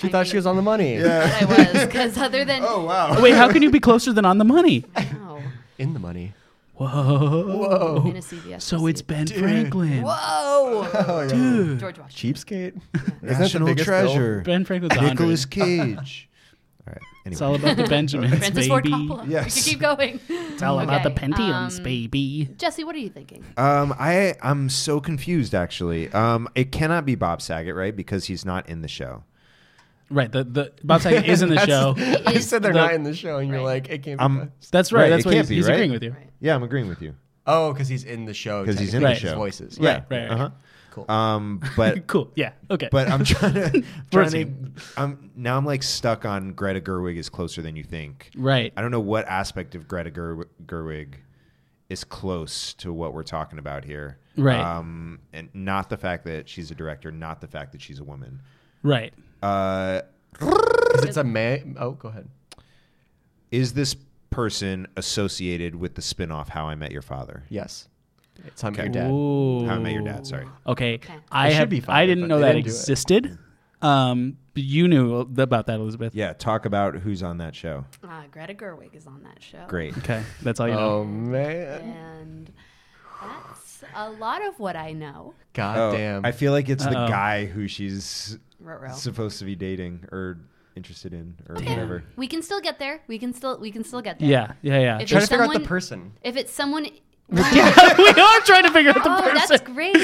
Speaker 4: She thought she was on the money.
Speaker 5: I was because other than oh,
Speaker 3: Oh wow.
Speaker 2: Wait, how can you be closer than on the money?
Speaker 5: no,
Speaker 4: In the money.
Speaker 2: Whoa.
Speaker 5: in a CVS.
Speaker 2: Oh. So it's Ben Franklin.
Speaker 5: whoa, dude, George Washington.
Speaker 4: Cheapskate.
Speaker 3: National treasure.
Speaker 2: Ben Franklin's a hundred.
Speaker 3: Nicholas Cage. All right. Anyway.
Speaker 2: It's all about the Benjamins,
Speaker 5: Francis Ford
Speaker 2: baby.
Speaker 5: Coppola.
Speaker 3: Yes.
Speaker 5: We could keep going.
Speaker 2: It's all about the
Speaker 5: Okay,
Speaker 2: Pentiums,
Speaker 5: um,
Speaker 2: baby.
Speaker 5: Jesse, what are you thinking?
Speaker 3: Um, I I'm so confused actually. Um, it cannot be Bob Saget, right? Because he's not in the show.
Speaker 2: Right, the, the Bob Saget is in the show.
Speaker 4: I said they're
Speaker 2: The-
Speaker 4: not in the show, and you're
Speaker 5: Right.
Speaker 4: like, it can't be.
Speaker 3: Um,
Speaker 4: done.
Speaker 2: That's right.
Speaker 3: Right,
Speaker 2: that's
Speaker 3: it
Speaker 2: what
Speaker 3: can't
Speaker 2: he's,
Speaker 3: be,
Speaker 2: he's
Speaker 3: right?
Speaker 2: agreeing with you.
Speaker 5: Right.
Speaker 3: Yeah, I'm agreeing with you.
Speaker 4: oh, because he's in the show.
Speaker 3: Because he's in
Speaker 4: technically,
Speaker 2: the
Speaker 3: show.
Speaker 4: His voices.
Speaker 3: Yeah.
Speaker 2: Right, right,
Speaker 3: Uh-huh.
Speaker 4: Cool.
Speaker 3: Um, but
Speaker 2: Cool. Yeah. Okay.
Speaker 3: but I'm trying to trying to.
Speaker 2: Proceed.
Speaker 3: I'm now I'm like stuck on Greta Gerwig is closer than you think.
Speaker 2: right.
Speaker 3: I don't know what aspect of Greta Ger- Gerwig is close to what we're talking about here.
Speaker 2: Right.
Speaker 3: Um, and not the fact that she's a director, not the fact that she's a woman.
Speaker 2: Right.
Speaker 3: Uh,
Speaker 4: 'Cause it's a man. Oh, go ahead.
Speaker 3: is this person associated with the spin-off How I Met Your Father?
Speaker 4: Yes. It's I'm your dad.
Speaker 2: Ooh.
Speaker 3: How I Met Your Dad, sorry.
Speaker 2: Okay.
Speaker 5: Okay.
Speaker 2: I
Speaker 4: It should
Speaker 2: have,
Speaker 4: be
Speaker 2: I
Speaker 4: five,
Speaker 2: didn't
Speaker 4: but
Speaker 2: know
Speaker 4: they
Speaker 2: that
Speaker 4: didn't do it.
Speaker 2: existed. Um, but you knew about that, Elizabeth.
Speaker 3: Yeah, talk about who's on that show.
Speaker 5: Ah, Greta Gerwig is on that show.
Speaker 3: Great.
Speaker 2: Okay. That's all you know.
Speaker 4: Oh man.
Speaker 5: And that's a lot of what I know.
Speaker 4: God
Speaker 3: Oh,
Speaker 4: damn.
Speaker 3: I feel like it's the
Speaker 2: Uh-oh.
Speaker 3: guy who she's
Speaker 5: Ruh-roh.
Speaker 3: supposed to be dating or interested in or whatever.
Speaker 5: We can still get there. We can still we can still get there.
Speaker 2: Yeah. Yeah. Yeah.
Speaker 5: If
Speaker 4: Trying
Speaker 5: it's
Speaker 4: to figure out the
Speaker 5: someone-
Speaker 4: person.
Speaker 5: If it's someone.
Speaker 2: we are trying to figure out the
Speaker 5: Oh,
Speaker 2: person.
Speaker 5: that's great.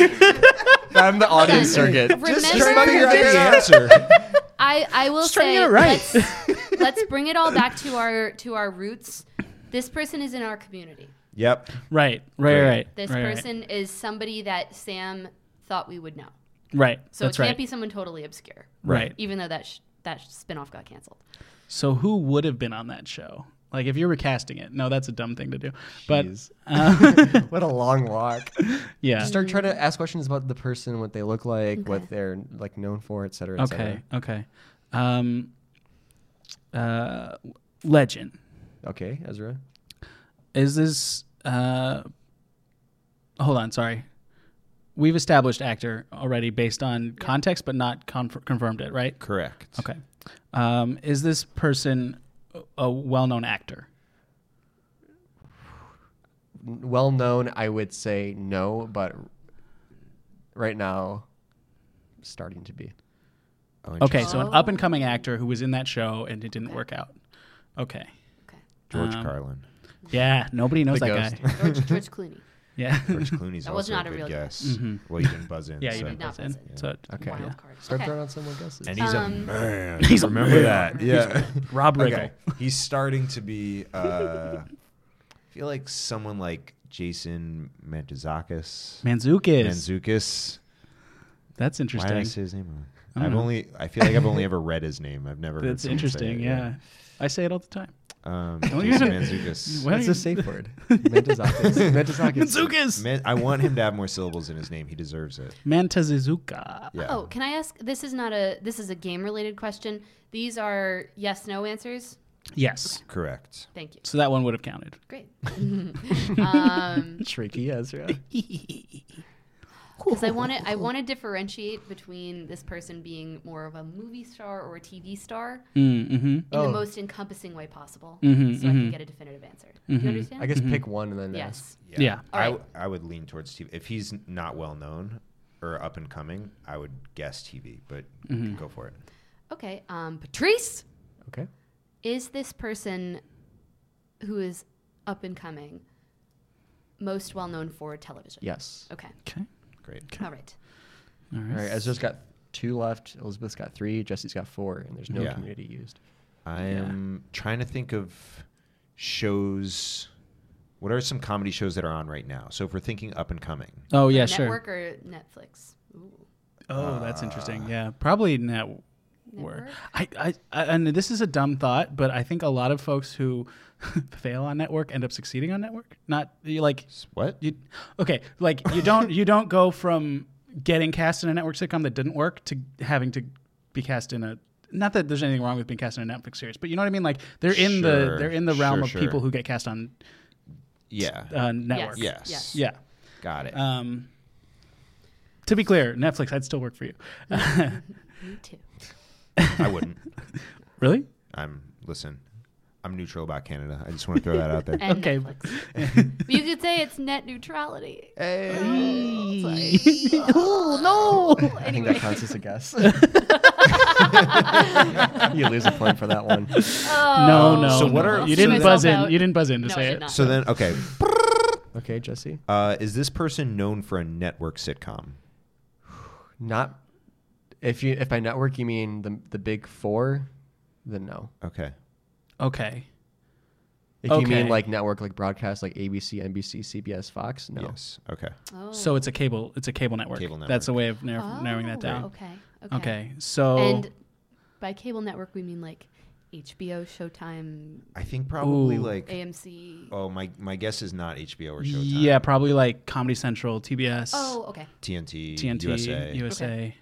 Speaker 4: I'm the audience surrogate.
Speaker 5: Remember-
Speaker 3: Figure out the
Speaker 5: Yeah.
Speaker 3: answer.
Speaker 5: I, I will
Speaker 2: trying to
Speaker 5: say
Speaker 2: get it right.
Speaker 5: let's, let's bring it all back to our to our roots. This person is in our community.
Speaker 3: Yep.
Speaker 2: Right. Right.
Speaker 3: Right.
Speaker 2: Right.
Speaker 5: This
Speaker 2: right, right.
Speaker 5: person is somebody that Sam thought we would know.
Speaker 2: Right.
Speaker 5: So
Speaker 2: that's
Speaker 5: it can't
Speaker 2: right.
Speaker 5: be someone totally obscure,
Speaker 2: right.
Speaker 5: even though that sh- that sh- spinoff got canceled.
Speaker 2: So who would have been on that show? Like if you were casting it. No, that's a dumb thing to do. But uh,
Speaker 4: Jeez. what a long walk.
Speaker 2: yeah.
Speaker 4: Start trying to ask questions about the person, what they look like, what they're like known for, et cetera, et
Speaker 2: Okay.
Speaker 4: cetera.
Speaker 2: Okay. Um, uh, legend.
Speaker 4: Okay, Ezra.
Speaker 2: Is this? Uh, hold on. Sorry. We've established actor already based on context, but not conf- confirmed it, right?
Speaker 3: Correct.
Speaker 2: Okay. Um, is this person a- a well-known actor?
Speaker 4: Well known, I would say no, but right now, starting to be.
Speaker 2: Okay, so an up-and-coming actor who was in that show and it didn't work out. Okay.
Speaker 5: Okay,
Speaker 3: George
Speaker 5: Um,
Speaker 3: Carlin.
Speaker 2: Yeah, nobody knows
Speaker 4: The
Speaker 2: that
Speaker 4: ghost.
Speaker 2: guy.
Speaker 5: George, George Clooney.
Speaker 2: Yeah.
Speaker 3: George Clooney's
Speaker 5: That
Speaker 3: also
Speaker 5: was not
Speaker 3: a
Speaker 5: a
Speaker 3: good
Speaker 5: real
Speaker 3: guess. Well, you didn't buzz in.
Speaker 2: Mm-hmm. yeah,
Speaker 3: so.
Speaker 2: you didn't
Speaker 5: Did not
Speaker 2: buzz in.
Speaker 5: buzz in.
Speaker 2: So
Speaker 4: Okay.
Speaker 5: Wild
Speaker 4: yeah.
Speaker 5: card.
Speaker 4: Start
Speaker 5: Okay.
Speaker 4: throwing out some more guesses.
Speaker 3: And he's a
Speaker 5: Um,
Speaker 3: man.
Speaker 2: He's a
Speaker 3: Remember
Speaker 2: man.
Speaker 3: that? Yeah.
Speaker 2: Rob Riggle.
Speaker 3: okay. He's starting to be. Uh, I feel like someone like Jason Mantzakis.
Speaker 2: Manzukis.
Speaker 3: Mantzakis.
Speaker 2: That's
Speaker 3: Why did I
Speaker 2: interesting.
Speaker 3: say his name wrong?
Speaker 2: I don't
Speaker 3: I've
Speaker 2: know.
Speaker 3: only. I feel like I've only ever read his name. I've never. heard
Speaker 2: That's
Speaker 3: someone say
Speaker 2: interesting.
Speaker 3: it,
Speaker 2: yeah. I say it all the time.
Speaker 3: Um,
Speaker 2: Don't
Speaker 3: Jason
Speaker 2: even-
Speaker 3: Mantzakis.
Speaker 2: Why
Speaker 4: That's
Speaker 2: don't
Speaker 4: a safe word. Mentazakis. Mentazakis.
Speaker 2: Manzukis.
Speaker 3: Man, I want him to have more syllables in his name. He deserves it.
Speaker 2: Mantazizuka.
Speaker 3: Yeah.
Speaker 5: Oh, can I ask? This is not a this is a game related question. These are yes no answers.
Speaker 2: Yes.
Speaker 3: Correct.
Speaker 5: Thank you.
Speaker 2: So that one would have counted.
Speaker 5: Great. um,
Speaker 4: Tricky Ezra.
Speaker 5: because I want to, I want to differentiate between this person being more of a movie star or a TV star
Speaker 2: Mm-hmm.
Speaker 5: in
Speaker 4: Oh.
Speaker 5: the most encompassing way possible,
Speaker 2: Mhm,
Speaker 5: so I
Speaker 2: mhm.
Speaker 5: can get a definitive answer.
Speaker 2: Mm-hmm.
Speaker 5: Do you understand?
Speaker 4: I guess pick one and then ask.
Speaker 5: yes.
Speaker 2: Yeah. Yeah.
Speaker 5: All
Speaker 3: I,
Speaker 5: right.
Speaker 3: w- I would lean towards TV. If he's not well known or up and coming, I would guess TV, but
Speaker 2: Mm-hmm.
Speaker 3: go for it.
Speaker 5: Okay. Um, Patrice
Speaker 4: Okay.
Speaker 5: is this person who is up and coming most well known for television.
Speaker 4: Yes.
Speaker 5: Okay.
Speaker 2: Okay.
Speaker 3: Great.
Speaker 5: All right.
Speaker 2: All right.
Speaker 4: All right. Ezra's got two left. Elizabeth's got three. Jesse's got four, and there's no
Speaker 3: Yeah.
Speaker 4: community used.
Speaker 3: I am trying to think of shows. What are some comedy shows that are on right now? So if we're thinking up and coming,
Speaker 2: Oh yeah, sure.
Speaker 5: Network or Netflix? Ooh.
Speaker 2: Oh, that's interesting. Yeah, probably network.
Speaker 5: Network?
Speaker 2: I, I, I, and this is a dumb thought, but I think a lot of folks who fail on network end up succeeding on network. Not you like
Speaker 3: S- what?
Speaker 2: you, okay, like you don't you don't go from getting cast in a network sitcom that didn't work to having to be cast in a. Not that there's anything wrong with being cast in a Netflix series, but you know what I mean. Like they're in the
Speaker 3: Sure,
Speaker 2: they're in the realm
Speaker 3: sure,
Speaker 2: of
Speaker 3: sure.
Speaker 2: people who get cast on
Speaker 3: yeah.
Speaker 2: uh, network.
Speaker 5: Yes.
Speaker 3: yes.
Speaker 5: Yes.
Speaker 2: Yeah.
Speaker 3: Got it.
Speaker 2: Um, to be clear, Netflix, I'd still work for you.
Speaker 5: Me too.
Speaker 3: I wouldn't.
Speaker 2: Really?
Speaker 3: I'm listen. I'm neutral about Canada. I just want to throw that out there.
Speaker 5: And
Speaker 2: Okay.
Speaker 5: Netflix. But you could say it's net neutrality.
Speaker 2: Eh, no.
Speaker 4: I
Speaker 5: Well,
Speaker 4: think
Speaker 5: anyway.
Speaker 4: that counts as a guess. you lose a point for that one.
Speaker 5: Oh.
Speaker 2: No, no.
Speaker 3: So what
Speaker 2: no.
Speaker 3: are-
Speaker 2: you
Speaker 3: so
Speaker 2: didn't
Speaker 3: then-
Speaker 2: buzz in?
Speaker 5: Out.
Speaker 2: You didn't buzz in to
Speaker 5: No, I
Speaker 2: say
Speaker 5: did
Speaker 2: it.
Speaker 5: not.
Speaker 3: So then, okay,
Speaker 4: Okay, Jesse.
Speaker 3: uh, is this person known for a network sitcom?
Speaker 4: Not if you if by network you mean the the big four, then no.
Speaker 3: Okay,
Speaker 2: Okay.
Speaker 4: If you mean
Speaker 2: Okay.
Speaker 4: like network, like broadcast, like ABC, NBC, CBS, Fox, no.
Speaker 3: yes, okay,
Speaker 5: Oh.
Speaker 2: So it's a cable. It's a cable network.
Speaker 3: Cable
Speaker 2: That's
Speaker 3: network.
Speaker 2: a way of narrow, narrowing
Speaker 5: Oh,
Speaker 2: that down.
Speaker 5: Okay. Okay.
Speaker 2: Okay. So
Speaker 5: And by cable network, we mean like HBO, Showtime,
Speaker 3: I think probably
Speaker 2: Ooh.
Speaker 3: like
Speaker 5: AMC.
Speaker 3: oh my my guess is not HBO or Showtime.
Speaker 2: yeah, probably like Comedy Central, TBS,
Speaker 5: Oh, okay.
Speaker 3: TNT,
Speaker 2: TNT,
Speaker 3: USA.
Speaker 2: USA,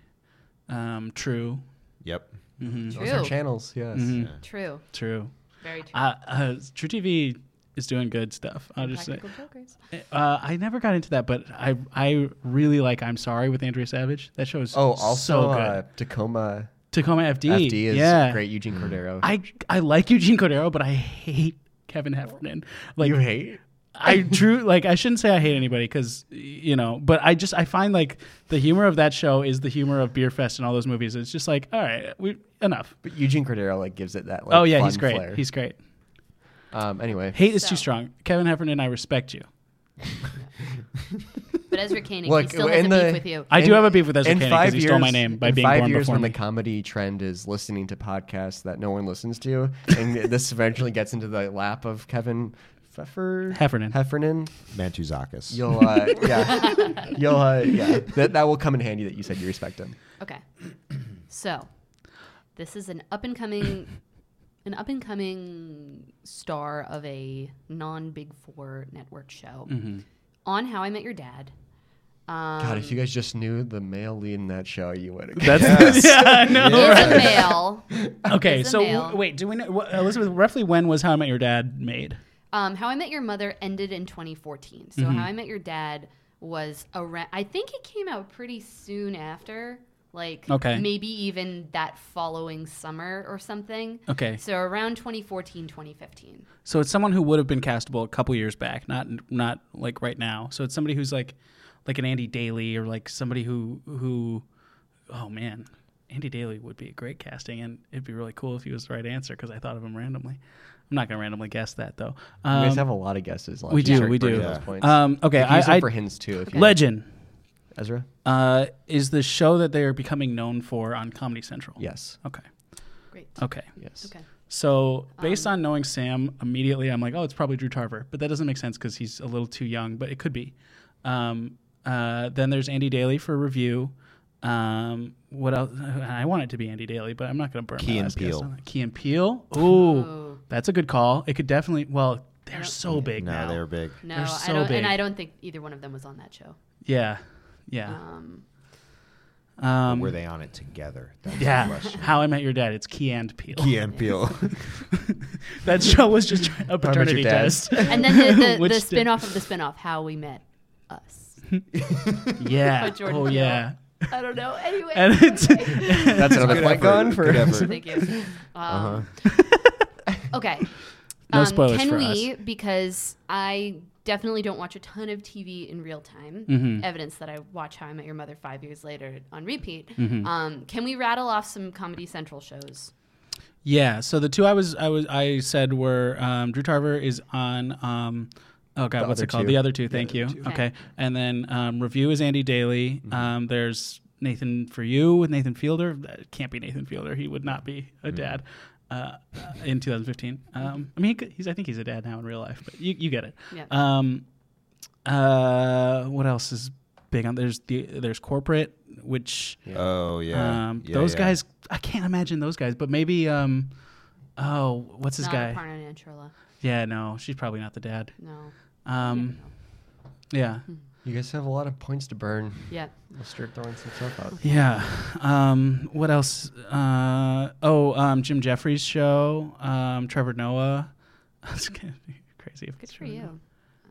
Speaker 2: Um, True,
Speaker 3: Yep.
Speaker 4: Those are
Speaker 5: True.
Speaker 4: channels, yes.
Speaker 2: Mm-hmm.
Speaker 5: True.
Speaker 2: True.
Speaker 5: Very true.
Speaker 2: Uh, uh, True TV is doing good stuff. I'll just say.
Speaker 5: Practical Jokers.
Speaker 2: Uh, I never got into that, but I I really like I'm Sorry with Andrea Savage. That show is
Speaker 4: Oh, also
Speaker 2: so good.
Speaker 4: uh, Tacoma
Speaker 2: Tacoma FD.
Speaker 4: FD is
Speaker 2: yeah.
Speaker 4: great. Eugene Cordero.
Speaker 2: I I like Eugene Cordero, but I hate Kevin Heffernan. Like
Speaker 4: you hate?
Speaker 2: I drew like I shouldn't say I hate anybody because you know, but I just I find like the humor of that show is the humor of Beer Fest and all those movies. It's just like all right, we enough.
Speaker 4: But Eugene Cordero like gives it that. Like,
Speaker 2: oh yeah,
Speaker 4: fun
Speaker 2: he's great.
Speaker 4: Flair.
Speaker 2: He's great.
Speaker 4: um. Anyway,
Speaker 2: Hate is
Speaker 5: So-
Speaker 2: too strong. Kevin Heffernan, I respect you.
Speaker 5: But Ezra Koenig,
Speaker 4: Look,
Speaker 5: he still has a
Speaker 4: in
Speaker 5: beef
Speaker 4: the-
Speaker 5: with you.
Speaker 2: I do
Speaker 4: In-
Speaker 2: have a beef with Ezra
Speaker 4: in
Speaker 2: Koenig
Speaker 4: five
Speaker 2: because he stole my
Speaker 4: years-
Speaker 2: name by
Speaker 4: in
Speaker 2: being
Speaker 4: five
Speaker 2: born
Speaker 4: years
Speaker 2: before
Speaker 4: when
Speaker 2: me.
Speaker 4: the comedy trend is listening to podcasts that no one listens to, and this eventually gets into the lap of Kevin Pfeffer
Speaker 2: Heffernan.
Speaker 4: Heffernan.
Speaker 3: Mantuzakis.
Speaker 4: You'll, uh, yeah, you'll, uh, yeah. That that will come in handy that you said you respect him.
Speaker 5: Okay. So, this is an up and coming, an up and coming star of a non Big Four network show on How I Met Your Dad. Um,
Speaker 4: God, if you guys just knew the male lead in that show, you would.
Speaker 2: That's yeah, I know.
Speaker 5: is
Speaker 2: right?
Speaker 5: a male.
Speaker 2: Okay,
Speaker 5: It's a
Speaker 2: so
Speaker 5: male.
Speaker 2: w- wait, do we know what, Elizabeth? Roughly when was How I Met Your Dad made?
Speaker 5: Um, How I Met Your Mother ended in 2014. So
Speaker 2: Mm-hmm.
Speaker 5: How I Met Your Dad was around. I think it came out pretty soon after, like
Speaker 2: Okay.
Speaker 5: maybe even that following summer or something.
Speaker 2: Okay.
Speaker 5: So around 2014, 2015.
Speaker 2: So it's someone who would have been castable a couple years back, not not like right now. So it's somebody who's like like an Andy Daly or like somebody who who oh man, Andy Daly would be a great casting and it'd be really cool if he was the right answer because I thought of him randomly. I'm not gonna randomly guess that though.
Speaker 4: you
Speaker 2: Um,
Speaker 4: guys have a lot of guesses. Left.
Speaker 2: we
Speaker 4: You
Speaker 2: do,
Speaker 4: start
Speaker 2: we
Speaker 4: burning
Speaker 2: do.
Speaker 4: those points.
Speaker 2: Um, okay,
Speaker 4: Like, use them
Speaker 2: I, I
Speaker 4: for hints too. If you
Speaker 2: Legend
Speaker 4: Ezra,
Speaker 2: uh, is the show that they are becoming known for on Comedy Central.
Speaker 4: yes,
Speaker 2: Okay.
Speaker 5: Great.
Speaker 2: Okay.
Speaker 4: yes.
Speaker 5: Okay.
Speaker 2: So based
Speaker 5: Um,
Speaker 2: on knowing Sam, immediately I'm like, oh, it's probably Drew Tarver, but that doesn't make sense because he's a little too young, but it could be. Um, uh, then there's Andy Daly for review. Um, what else? I want it to be Andy Daly, but I'm not going to burn
Speaker 3: Key
Speaker 2: my
Speaker 3: and
Speaker 2: last guess
Speaker 3: Peele.
Speaker 2: on that. Key and Peele. Ooh,
Speaker 5: Oh.
Speaker 2: that's a good call. It could definitely. Well,
Speaker 5: I
Speaker 2: they're
Speaker 5: don't-
Speaker 2: so big
Speaker 3: No,
Speaker 2: now.
Speaker 3: they were big.
Speaker 5: No,
Speaker 2: They're
Speaker 5: I
Speaker 2: so
Speaker 5: don't,
Speaker 2: big.
Speaker 5: and I don't think either one of them was on that show.
Speaker 2: yeah, yeah.
Speaker 5: Um,
Speaker 2: Um,
Speaker 3: Were they on it together? That's the
Speaker 2: yeah,
Speaker 3: question.
Speaker 2: How I Met Your Dad. It's Key and Peele.
Speaker 3: Key and Peele.
Speaker 2: that show was just a
Speaker 4: Met Your
Speaker 2: paternity
Speaker 4: Dad.
Speaker 2: test.
Speaker 5: And then the, the,
Speaker 2: Which
Speaker 5: the
Speaker 2: did-
Speaker 5: spin-off of the spin-off, How We Met Us.
Speaker 2: yeah.
Speaker 5: By Jordan
Speaker 2: Oh
Speaker 5: Peele.
Speaker 2: yeah.
Speaker 5: I don't know. Anyway.
Speaker 2: And it's
Speaker 4: That's another
Speaker 3: Good
Speaker 4: point
Speaker 3: effort.
Speaker 4: going for.
Speaker 3: Good effort.
Speaker 5: Thank you. Um,
Speaker 4: Uh-huh.
Speaker 5: okay. Um,
Speaker 2: No spoilers
Speaker 5: can
Speaker 2: for
Speaker 5: we, because I definitely don't watch a ton of TV in real time,
Speaker 2: Mm-hmm.
Speaker 5: evidence that I watch How I Met Your Mother five years later on repeat,
Speaker 2: Mm-hmm.
Speaker 5: um, can we rattle off some Comedy Central shows?
Speaker 2: yeah. So the two I was I was I said were um, Drew Tarver is on. Um, oh God, what's
Speaker 4: other
Speaker 2: it called?
Speaker 4: two.
Speaker 2: The other two. Thank you. Okay.
Speaker 5: Okay.
Speaker 2: And then um, review is Andy Daly. Um, there's Nathan for you with Nathan Fielder. That can't be Nathan Fielder. He would not be a dad. Uh, in 2015, um, I mean, he could- he's. I think he's a dad now in real life, but you, you get it.
Speaker 5: Yeah.
Speaker 2: Um, uh, what else is big on? There's the there's corporate, which
Speaker 3: Oh yeah.
Speaker 2: um,
Speaker 3: Yeah,
Speaker 2: those
Speaker 3: yeah.
Speaker 2: guys, I can't imagine those guys, but maybe, um, oh, what's his
Speaker 5: Not
Speaker 2: guy?
Speaker 5: Aparna Nancherla.
Speaker 2: Yeah, no, she's probably not the dad.
Speaker 5: No.
Speaker 2: Um, yeah,
Speaker 4: You guys have a lot of points to burn.
Speaker 5: Yeah.
Speaker 4: Let's start throwing some stuff out.
Speaker 2: yeah. Um, what else? Uh, oh, um, Jim Jeffries' show, um, Trevor Noah. That's gonna be crazy. If
Speaker 5: Good
Speaker 2: it's
Speaker 5: for
Speaker 2: Trevor
Speaker 5: you.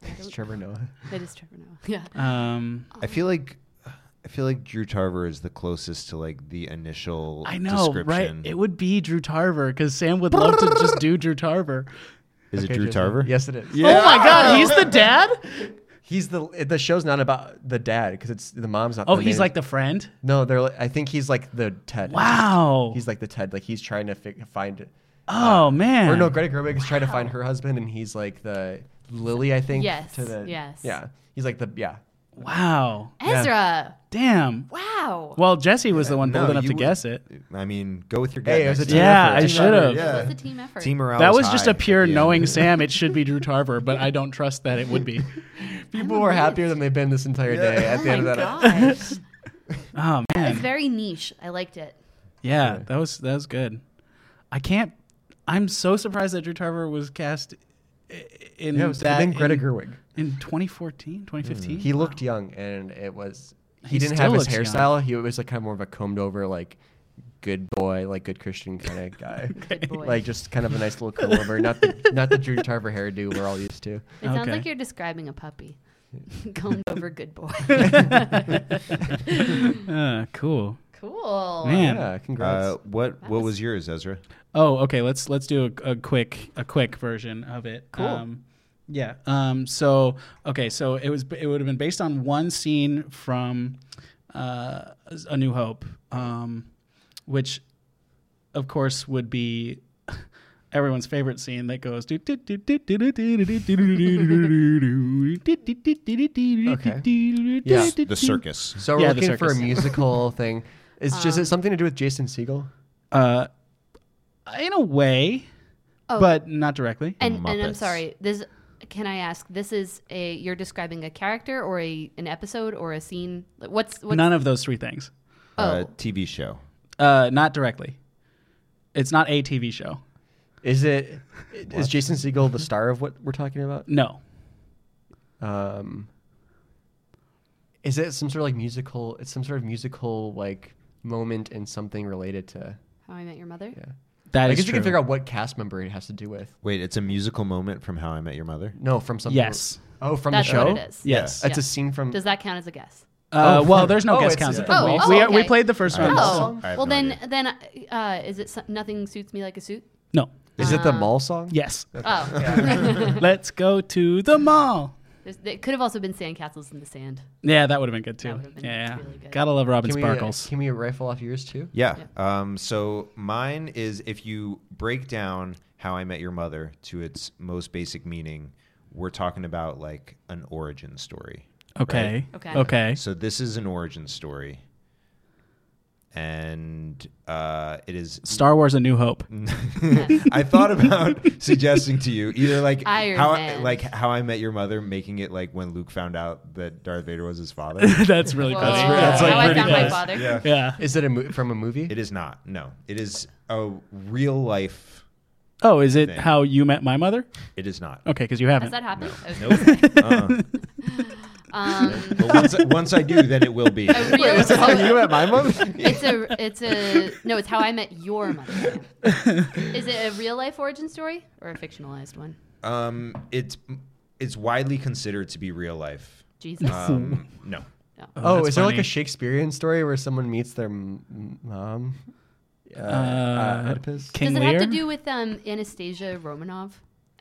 Speaker 5: I
Speaker 4: It's
Speaker 5: don't-
Speaker 4: Trevor Noah.
Speaker 5: It is Trevor Noah. Yeah.
Speaker 2: Noah. Um,
Speaker 3: I feel like I feel like Drew Tarver is the closest to like the initial
Speaker 2: I know, right?
Speaker 3: description.
Speaker 2: It would be Drew Tarver because Sam would love to just do Drew Tarver.
Speaker 3: Is
Speaker 4: Okay,
Speaker 3: it Drew
Speaker 4: Jason.
Speaker 3: Tarver?
Speaker 4: Yes, it is.
Speaker 2: Oh my God, he's the dad.
Speaker 4: He's the the show's not about the dad because it's the mom's not.
Speaker 2: Oh,
Speaker 4: the
Speaker 2: he's
Speaker 4: main-
Speaker 2: like the friend.
Speaker 4: no. They're like, I think he's like the Ted.
Speaker 2: Wow.
Speaker 4: He's like the Ted. Like he's trying to fi- find.
Speaker 2: oh man.
Speaker 4: Or no, Greta Gerwig is trying to find her husband, and he's like the Lily, I think.
Speaker 5: Yes,
Speaker 4: To the,
Speaker 5: yes.
Speaker 4: Yeah. He's like the yeah.
Speaker 2: Wow.
Speaker 5: Ezra.
Speaker 2: Damn.
Speaker 5: Wow.
Speaker 2: Well, Jesse was the one
Speaker 3: No,
Speaker 2: bold enough
Speaker 3: you
Speaker 2: to
Speaker 3: would-
Speaker 2: guess it.
Speaker 3: I mean, go with your gut.
Speaker 4: Hey, it was
Speaker 3: next
Speaker 4: a
Speaker 3: time.
Speaker 4: team
Speaker 2: Yeah,
Speaker 4: effort.
Speaker 2: I
Speaker 4: Team
Speaker 2: should
Speaker 4: effort.
Speaker 2: have.
Speaker 3: Yeah.
Speaker 5: It's a team effort.
Speaker 3: Team morale
Speaker 2: That
Speaker 3: is
Speaker 2: was just
Speaker 3: high
Speaker 2: a pure
Speaker 3: at the end.
Speaker 2: knowing Sam. It should be Drew Tarver, but I don't trust that it would be.
Speaker 4: People were happier than they've been this entire day
Speaker 5: oh
Speaker 4: at the
Speaker 5: my
Speaker 4: end of that.
Speaker 5: gosh.
Speaker 2: Oh
Speaker 5: it's
Speaker 2: man,
Speaker 5: very niche. I liked it.
Speaker 2: yeah, that was that was good. I can't. I'm so surprised that Drew Tarver was cast i- in
Speaker 4: Yeah, it was
Speaker 2: that
Speaker 4: then Greta
Speaker 2: in-
Speaker 4: Gerwig. Mm,
Speaker 2: in 2014, 2015.
Speaker 4: He looked young, and it was he,
Speaker 2: He
Speaker 4: didn't
Speaker 2: still
Speaker 4: have his
Speaker 2: looks young.
Speaker 4: hairstyle. He was like kind of more of a combed over, like good boy, like good Christian kind of guy.
Speaker 5: Good boy.
Speaker 4: Like just kind of a nice little comb over, not the not the Drew Tarver hairdo we're all used to.
Speaker 5: It sounds
Speaker 2: Okay.
Speaker 5: like you're describing a puppy. Combed over good boy.
Speaker 2: Uh, cool,
Speaker 5: cool.
Speaker 2: man.
Speaker 4: Yeah, congrats.
Speaker 3: Uh, what
Speaker 5: That
Speaker 3: what
Speaker 5: was-
Speaker 3: was yours, Ezra?
Speaker 2: Oh, okay. Let's let's do a, a quick a quick version of it.
Speaker 4: Cool.
Speaker 2: Um, yeah. Um, so okay. So it was it would have been based on one scene from uh, A New Hope, um, which of course would be everyone's favorite scene that goes. Okay.
Speaker 4: Yeah.
Speaker 3: The circus.
Speaker 4: so we're
Speaker 2: yeah, the
Speaker 4: looking for a
Speaker 2: circus.
Speaker 4: musical thing. Is just it something to do with Jason Siegel?
Speaker 2: Uh, in a way,
Speaker 5: Oh.
Speaker 2: but not directly.
Speaker 5: And, and I'm
Speaker 3: Muppets.
Speaker 5: sorry. This can I ask? This is a you're describing a character or a an episode or a scene. Like, What's what's
Speaker 2: None of those three things.
Speaker 3: Uh,
Speaker 4: Oh.
Speaker 3: TV show.
Speaker 2: Uh, not directly. It's not a TV show.
Speaker 4: Is it is Jason Siegel the star of what we're talking about?
Speaker 2: No.
Speaker 4: Um, is it some sort of like musical? It's some sort of musical like moment in something related to.
Speaker 5: How I Met Your Mother?
Speaker 4: Yeah.
Speaker 2: that is
Speaker 4: I guess you
Speaker 2: true.
Speaker 4: can figure out what cast member it has to do with.
Speaker 3: Wait, it's a musical moment from How I Met Your Mother.
Speaker 4: No, from some.
Speaker 2: Yes.
Speaker 4: Oh, from
Speaker 5: That's
Speaker 4: the show.
Speaker 5: what it is.
Speaker 2: Yes.
Speaker 4: It's
Speaker 5: Yeah.
Speaker 4: a scene from.
Speaker 5: Does that count as a guess?
Speaker 2: Uh,
Speaker 4: Oh.
Speaker 2: well, there's no
Speaker 4: Oh,
Speaker 2: guess
Speaker 4: it's-
Speaker 2: counts.
Speaker 4: yeah.
Speaker 2: we,
Speaker 5: Oh,
Speaker 2: we, uh,
Speaker 5: oh,
Speaker 2: we
Speaker 5: okay.
Speaker 2: played the first
Speaker 3: I
Speaker 2: one.
Speaker 3: have
Speaker 5: Oh,
Speaker 3: no
Speaker 5: well then
Speaker 3: idea.
Speaker 5: then uh, is it so- nothing suits me like a suit?
Speaker 2: No.
Speaker 4: is it the mall song?
Speaker 2: Yes.
Speaker 5: Oh,
Speaker 2: Let's go to the mall.
Speaker 5: There's- it could have also been sandcastles in the sand.
Speaker 2: Yeah, that would have been good too.
Speaker 5: That would've been
Speaker 2: yeah.
Speaker 5: really good.
Speaker 2: Gotta love Robin
Speaker 4: Can we, uh,
Speaker 2: Sparkles.
Speaker 4: can we rifle off yours too?
Speaker 3: Yeah. Um, so mine is if you break down How I Met Your Mother to its most basic meaning, we're talking about like an origin story.
Speaker 2: okay.
Speaker 5: Okay.
Speaker 2: Okay. Okay.
Speaker 3: So this is an origin story, and uh, it is.
Speaker 2: Star Wars: A New Hope.
Speaker 4: Mm.
Speaker 3: I thought about suggesting to you either like
Speaker 5: Iron
Speaker 3: how
Speaker 5: Man.
Speaker 3: like How I Met Your Mother, making it like when Luke found out that Darth Vader was his father.
Speaker 2: That's really funny.
Speaker 5: Whoa.
Speaker 2: That's
Speaker 5: How
Speaker 2: like
Speaker 5: I
Speaker 2: pretty
Speaker 5: found my
Speaker 2: close.
Speaker 5: father.
Speaker 3: yeah,
Speaker 2: Yeah.
Speaker 4: Is it a mo- from a movie?
Speaker 3: it is not. No, it is a real life.
Speaker 2: Oh, is it
Speaker 3: Thing.
Speaker 2: how you met my mother?
Speaker 3: It is not.
Speaker 2: Okay, because you haven't.
Speaker 5: Has that happened? Okay.
Speaker 3: Nope. Uh-uh.
Speaker 5: Um,
Speaker 3: But once, once I do, then it will be.
Speaker 5: a real-
Speaker 4: Is it how you met my mom?
Speaker 5: it's a it's a no. It's how I met your mother. Is it a real life origin story or a fictionalized one?
Speaker 3: Um, it's it's widely considered to be real life.
Speaker 5: Jesus.
Speaker 2: Uh,
Speaker 3: Um, no.
Speaker 5: no.
Speaker 4: Oh,
Speaker 2: that's
Speaker 4: is there like
Speaker 2: funny.
Speaker 4: a Shakespearean story where someone meets their m- m- mom? Uh, uh, Oedipus?
Speaker 2: King
Speaker 5: Does it
Speaker 2: Lear?
Speaker 5: have to do with um, Anastasia Romanov?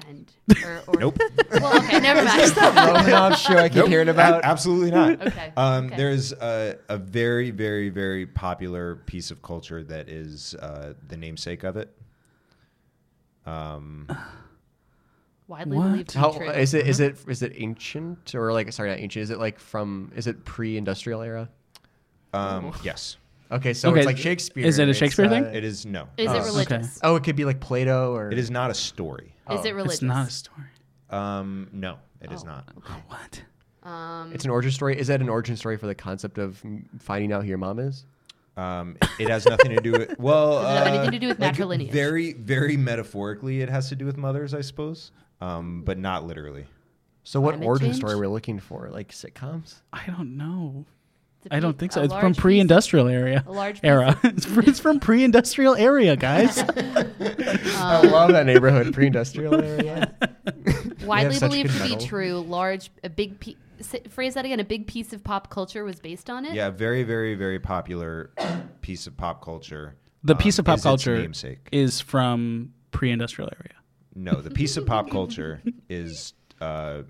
Speaker 5: And or, or
Speaker 3: Nope.
Speaker 5: Well, okay, never mind.
Speaker 4: Romanov show I keep hearing
Speaker 3: A-
Speaker 4: about.
Speaker 3: absolutely not.
Speaker 5: Okay,
Speaker 2: Uh,
Speaker 3: Um,
Speaker 5: okay.
Speaker 3: There's a, a very, very, very popular piece of culture that is uh, the namesake of it. Um,
Speaker 5: Widely
Speaker 2: What?
Speaker 5: believed to
Speaker 4: How
Speaker 5: be true.
Speaker 4: is it? Is it? Is it ancient or like? Sorry, not ancient. Is it like from? Is it pre-industrial era?
Speaker 3: um, yes,
Speaker 4: Okay, so
Speaker 2: Okay,
Speaker 4: it's like
Speaker 2: is-
Speaker 4: Shakespeare.
Speaker 2: is it a
Speaker 4: It's,
Speaker 2: Shakespeare
Speaker 4: uh,
Speaker 2: thing?
Speaker 3: it is no.
Speaker 5: Is
Speaker 3: Uh,
Speaker 5: it religious?
Speaker 4: Oh, it could be like Plato or
Speaker 3: It is not a story.
Speaker 5: Is it religious?
Speaker 2: Oh, It's not a story.
Speaker 3: Um, no, it is
Speaker 5: Oh,
Speaker 3: not.
Speaker 5: okay.
Speaker 2: What?
Speaker 5: Um,
Speaker 4: It's an origin story. Is that an origin story for the concept of m- finding out who your mom is?
Speaker 3: Um, it has nothing to do with. Well,
Speaker 5: Does it have
Speaker 3: uh,
Speaker 5: anything to do with
Speaker 3: like,
Speaker 5: matrilineage?
Speaker 3: Very, very metaphorically, it has to do with mothers, I suppose, um, but not literally.
Speaker 4: So, what
Speaker 5: Climate
Speaker 4: origin
Speaker 5: change?
Speaker 4: story we're looking for? Like sitcoms?
Speaker 2: I don't know.
Speaker 5: it's a
Speaker 2: I don't
Speaker 5: piece-
Speaker 2: think
Speaker 5: a
Speaker 2: so. It's
Speaker 5: large
Speaker 2: from
Speaker 5: piece of-
Speaker 2: pre-industrial area.
Speaker 5: a large piece
Speaker 2: era. it's, fr- it's from pre-industrial area, guys.
Speaker 5: Um.
Speaker 4: I love that neighborhood, pre-industrial area.
Speaker 5: widely
Speaker 4: such
Speaker 5: believed
Speaker 4: good
Speaker 5: to be
Speaker 4: metal.
Speaker 5: true. Large, a big pe- say, phrase that again. A big piece of pop culture was based on it.
Speaker 3: Yeah, very, very, very popular piece of pop culture.
Speaker 2: the
Speaker 3: um,
Speaker 2: piece of pop
Speaker 3: is its
Speaker 2: culture
Speaker 3: namesake.
Speaker 2: is from pre-industrial area.
Speaker 3: No, the piece of pop culture is uh,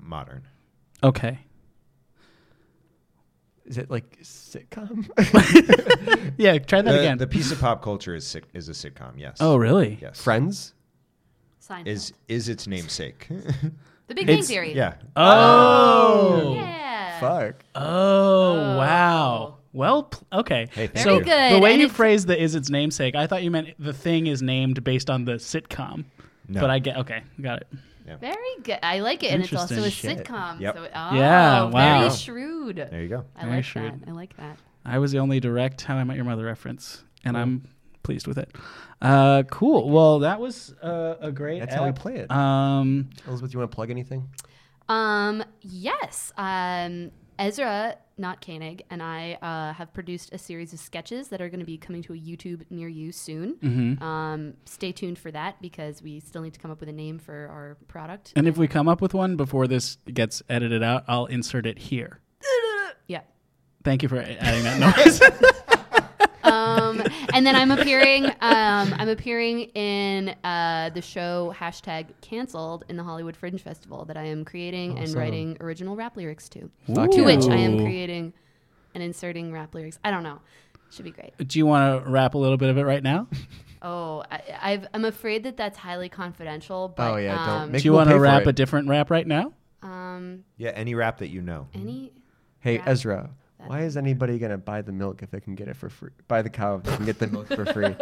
Speaker 3: modern.
Speaker 2: Okay.
Speaker 4: Is it like sitcom?
Speaker 2: Yeah, try that
Speaker 3: the,
Speaker 2: again.
Speaker 3: the piece of pop culture is sit- is a sitcom. Yes.
Speaker 2: oh, really?
Speaker 3: yes.
Speaker 4: Friends?
Speaker 5: Seinfeld.
Speaker 3: is is its namesake.
Speaker 5: the Big Bang
Speaker 2: it's-
Speaker 5: Theory.
Speaker 3: yeah.
Speaker 2: Uh, Oh.
Speaker 5: Yeah.
Speaker 4: Fuck.
Speaker 2: Oh, wow. Well, pl- okay.
Speaker 3: Hey, thank
Speaker 2: so
Speaker 3: you.
Speaker 5: Very good,
Speaker 2: the way
Speaker 5: and
Speaker 2: you
Speaker 5: it's-
Speaker 2: phrased the is its namesake, I thought you meant the thing is named based on the sitcom.
Speaker 3: No.
Speaker 2: But I get okay, got it.
Speaker 5: Very good. I like it, and it's also a
Speaker 2: Interesting.
Speaker 4: Shit.
Speaker 5: sitcom.
Speaker 3: Yep.
Speaker 5: So, oh,
Speaker 2: Yeah, wow.
Speaker 5: Very shrewd.
Speaker 3: There you go.
Speaker 5: I
Speaker 2: Very
Speaker 5: like
Speaker 2: shrewd.
Speaker 5: that. I like that.
Speaker 2: I was the only direct How I Met Your Mother reference, and I'm pleased with it. Uh, cool. Well, that was uh, a great.
Speaker 4: That's how we
Speaker 2: app.
Speaker 4: play it.
Speaker 2: Um,
Speaker 4: Elizabeth, you want to plug anything?
Speaker 5: Um, yes. Um, Ezra, not Koenig, and I uh, have produced a series of sketches that are going to be coming to a YouTube near you soon.
Speaker 2: Mm-hmm.
Speaker 5: Um, stay tuned for that because we still need to come up with a name for our product.
Speaker 2: and if we come up with one before this gets edited out, I'll insert it here.
Speaker 5: yeah.
Speaker 2: Thank you for adding that noise.
Speaker 5: Um, and then I'm appearing. Um, I'm appearing in uh, the show hashtag canceled in the Hollywood Fringe Festival that I am creating and
Speaker 4: Awesome.
Speaker 5: writing original rap lyrics to.
Speaker 4: Fuck
Speaker 5: To
Speaker 4: yeah.
Speaker 5: which I am
Speaker 2: Ooh.
Speaker 5: creating and inserting rap lyrics. I don't know. Should be great.
Speaker 2: Do you want to wrap a little bit of it right now?
Speaker 5: Oh, I, I've, I'm afraid that that's highly confidential. But,
Speaker 4: Oh, yeah, don't
Speaker 5: um,
Speaker 4: make-
Speaker 2: Do you
Speaker 4: We'll
Speaker 2: want
Speaker 4: pay
Speaker 2: to
Speaker 4: for
Speaker 2: wrap
Speaker 4: it.
Speaker 2: a different rap right now?
Speaker 5: um,
Speaker 3: Yeah. Any rap that you know.
Speaker 5: any.
Speaker 4: Hey,
Speaker 5: Yeah.
Speaker 4: Ezra, why is anybody going to buy the milk if they can get it for free? Buy the cow if they can get the milk for free.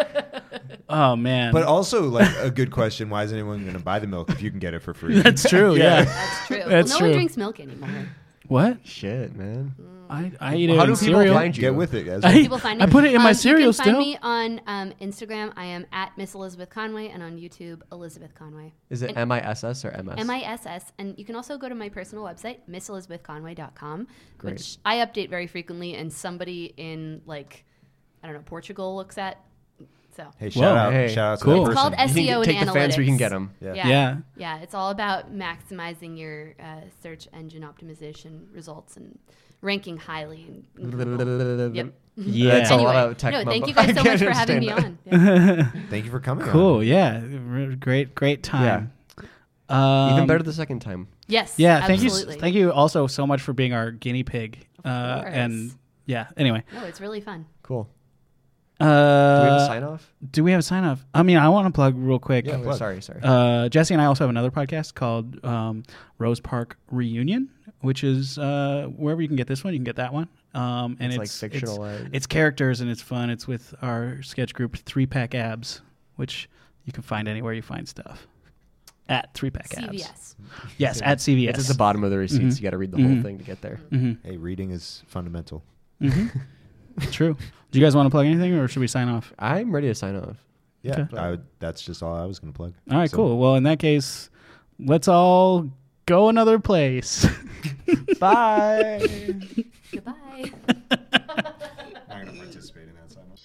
Speaker 2: Oh man,
Speaker 3: But also, like a good question: Why is anyone going to buy the milk if you can get it for free?
Speaker 2: that's true. yeah.
Speaker 5: That's true.
Speaker 2: That's
Speaker 5: well, no
Speaker 2: true.
Speaker 5: one drinks milk anymore.
Speaker 2: What?
Speaker 4: Shit, man.
Speaker 5: Mm.
Speaker 2: I, I eat it
Speaker 4: How
Speaker 2: in
Speaker 4: do people
Speaker 2: cereal.
Speaker 4: find you?
Speaker 3: Get with it, guys.
Speaker 2: I,
Speaker 5: People find me.
Speaker 2: I put it in
Speaker 5: Um,
Speaker 2: my cereal
Speaker 5: you can
Speaker 2: still.
Speaker 5: Find me on um, Instagram. I am at Miss Elizabeth Conway and on YouTube Elizabeth Conway.
Speaker 4: Is it M-I-S-S or M-S?
Speaker 5: M I S S. And you can also go to my personal website, misselizabethconway.com,
Speaker 4: Great.
Speaker 5: which I update very frequently. And somebody in like, I don't know, Portugal looks at. So
Speaker 3: Hey, shout out!
Speaker 4: Hey,
Speaker 3: shout out to
Speaker 2: cool.
Speaker 3: that
Speaker 5: it's called
Speaker 3: person.
Speaker 5: SEO
Speaker 4: You can
Speaker 5: and
Speaker 4: take
Speaker 5: analytics.
Speaker 4: the fans where you can get 'em.
Speaker 3: Yeah.
Speaker 5: yeah.
Speaker 2: Yeah.
Speaker 5: Yeah, it's all about maximizing your uh, search engine optimization results and ranking highly. in- in Google. Yep.
Speaker 2: Yeah.
Speaker 4: That's a lot of tech
Speaker 5: no, thank
Speaker 4: mumbo.
Speaker 5: you guys
Speaker 4: I
Speaker 5: so
Speaker 4: can't
Speaker 5: much for having me
Speaker 4: understand
Speaker 5: on. Yeah.
Speaker 3: Thank you for coming. on.
Speaker 2: Cool. Yeah. R- Great. Great time. Um, Yeah.
Speaker 4: Even better the second time.
Speaker 5: yes.
Speaker 2: Yeah. Thank you. s-
Speaker 5: absolutely.
Speaker 2: Thank you also so much for being our guinea pig. Uh,
Speaker 5: course.
Speaker 2: and yeah. Anyway.
Speaker 5: No, it's really fun.
Speaker 4: Cool. Do we have a
Speaker 2: Uh,
Speaker 4: sign off?
Speaker 2: do we have a sign off? I mean, I want to plug real quick.
Speaker 3: Yeah,
Speaker 4: Oh,
Speaker 3: plug.
Speaker 4: sorry, sorry.
Speaker 2: Uh, Jesse and I also have another podcast called um, Rose Park Reunion, which is uh, wherever you can get this one, you can get that one. Um, and
Speaker 4: It's, like,
Speaker 2: it's,
Speaker 4: fictionalized.
Speaker 2: It's, it's characters and it's fun. It's with our sketch group Three Pack Abs, which you can find anywhere you find stuff at Three Pack Abs.
Speaker 5: CVS.
Speaker 2: Yes, at CVS.
Speaker 4: It's at the bottom of the receipts. You got to read the whole thing to get there.
Speaker 3: Hey, reading is fundamental.
Speaker 2: True. Do you guys want to plug anything, or should we sign off?
Speaker 4: I'm ready to sign off.
Speaker 3: Yeah,
Speaker 2: Okay.
Speaker 3: I would, that's just all I was going to plug.
Speaker 2: All right,
Speaker 3: So-
Speaker 2: cool. Well, in that case, let's all go another place.
Speaker 4: Bye.
Speaker 5: Goodbye.
Speaker 3: I'm going to participate in that silence.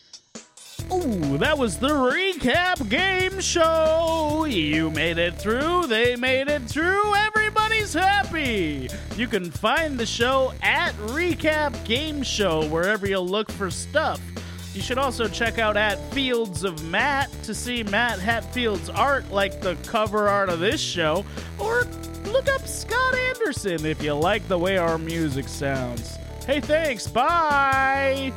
Speaker 1: Ooh, that was the recap game show. You made it through. They made it through. Everybody's happy. You can find the show at Recap Game Show wherever you look for stuff. You should also check out at Fields of Matt to see Matt Hatfield's art, like the cover art of this show, or look up Scott Anderson if you like the way our music sounds. Hey, thanks. Bye.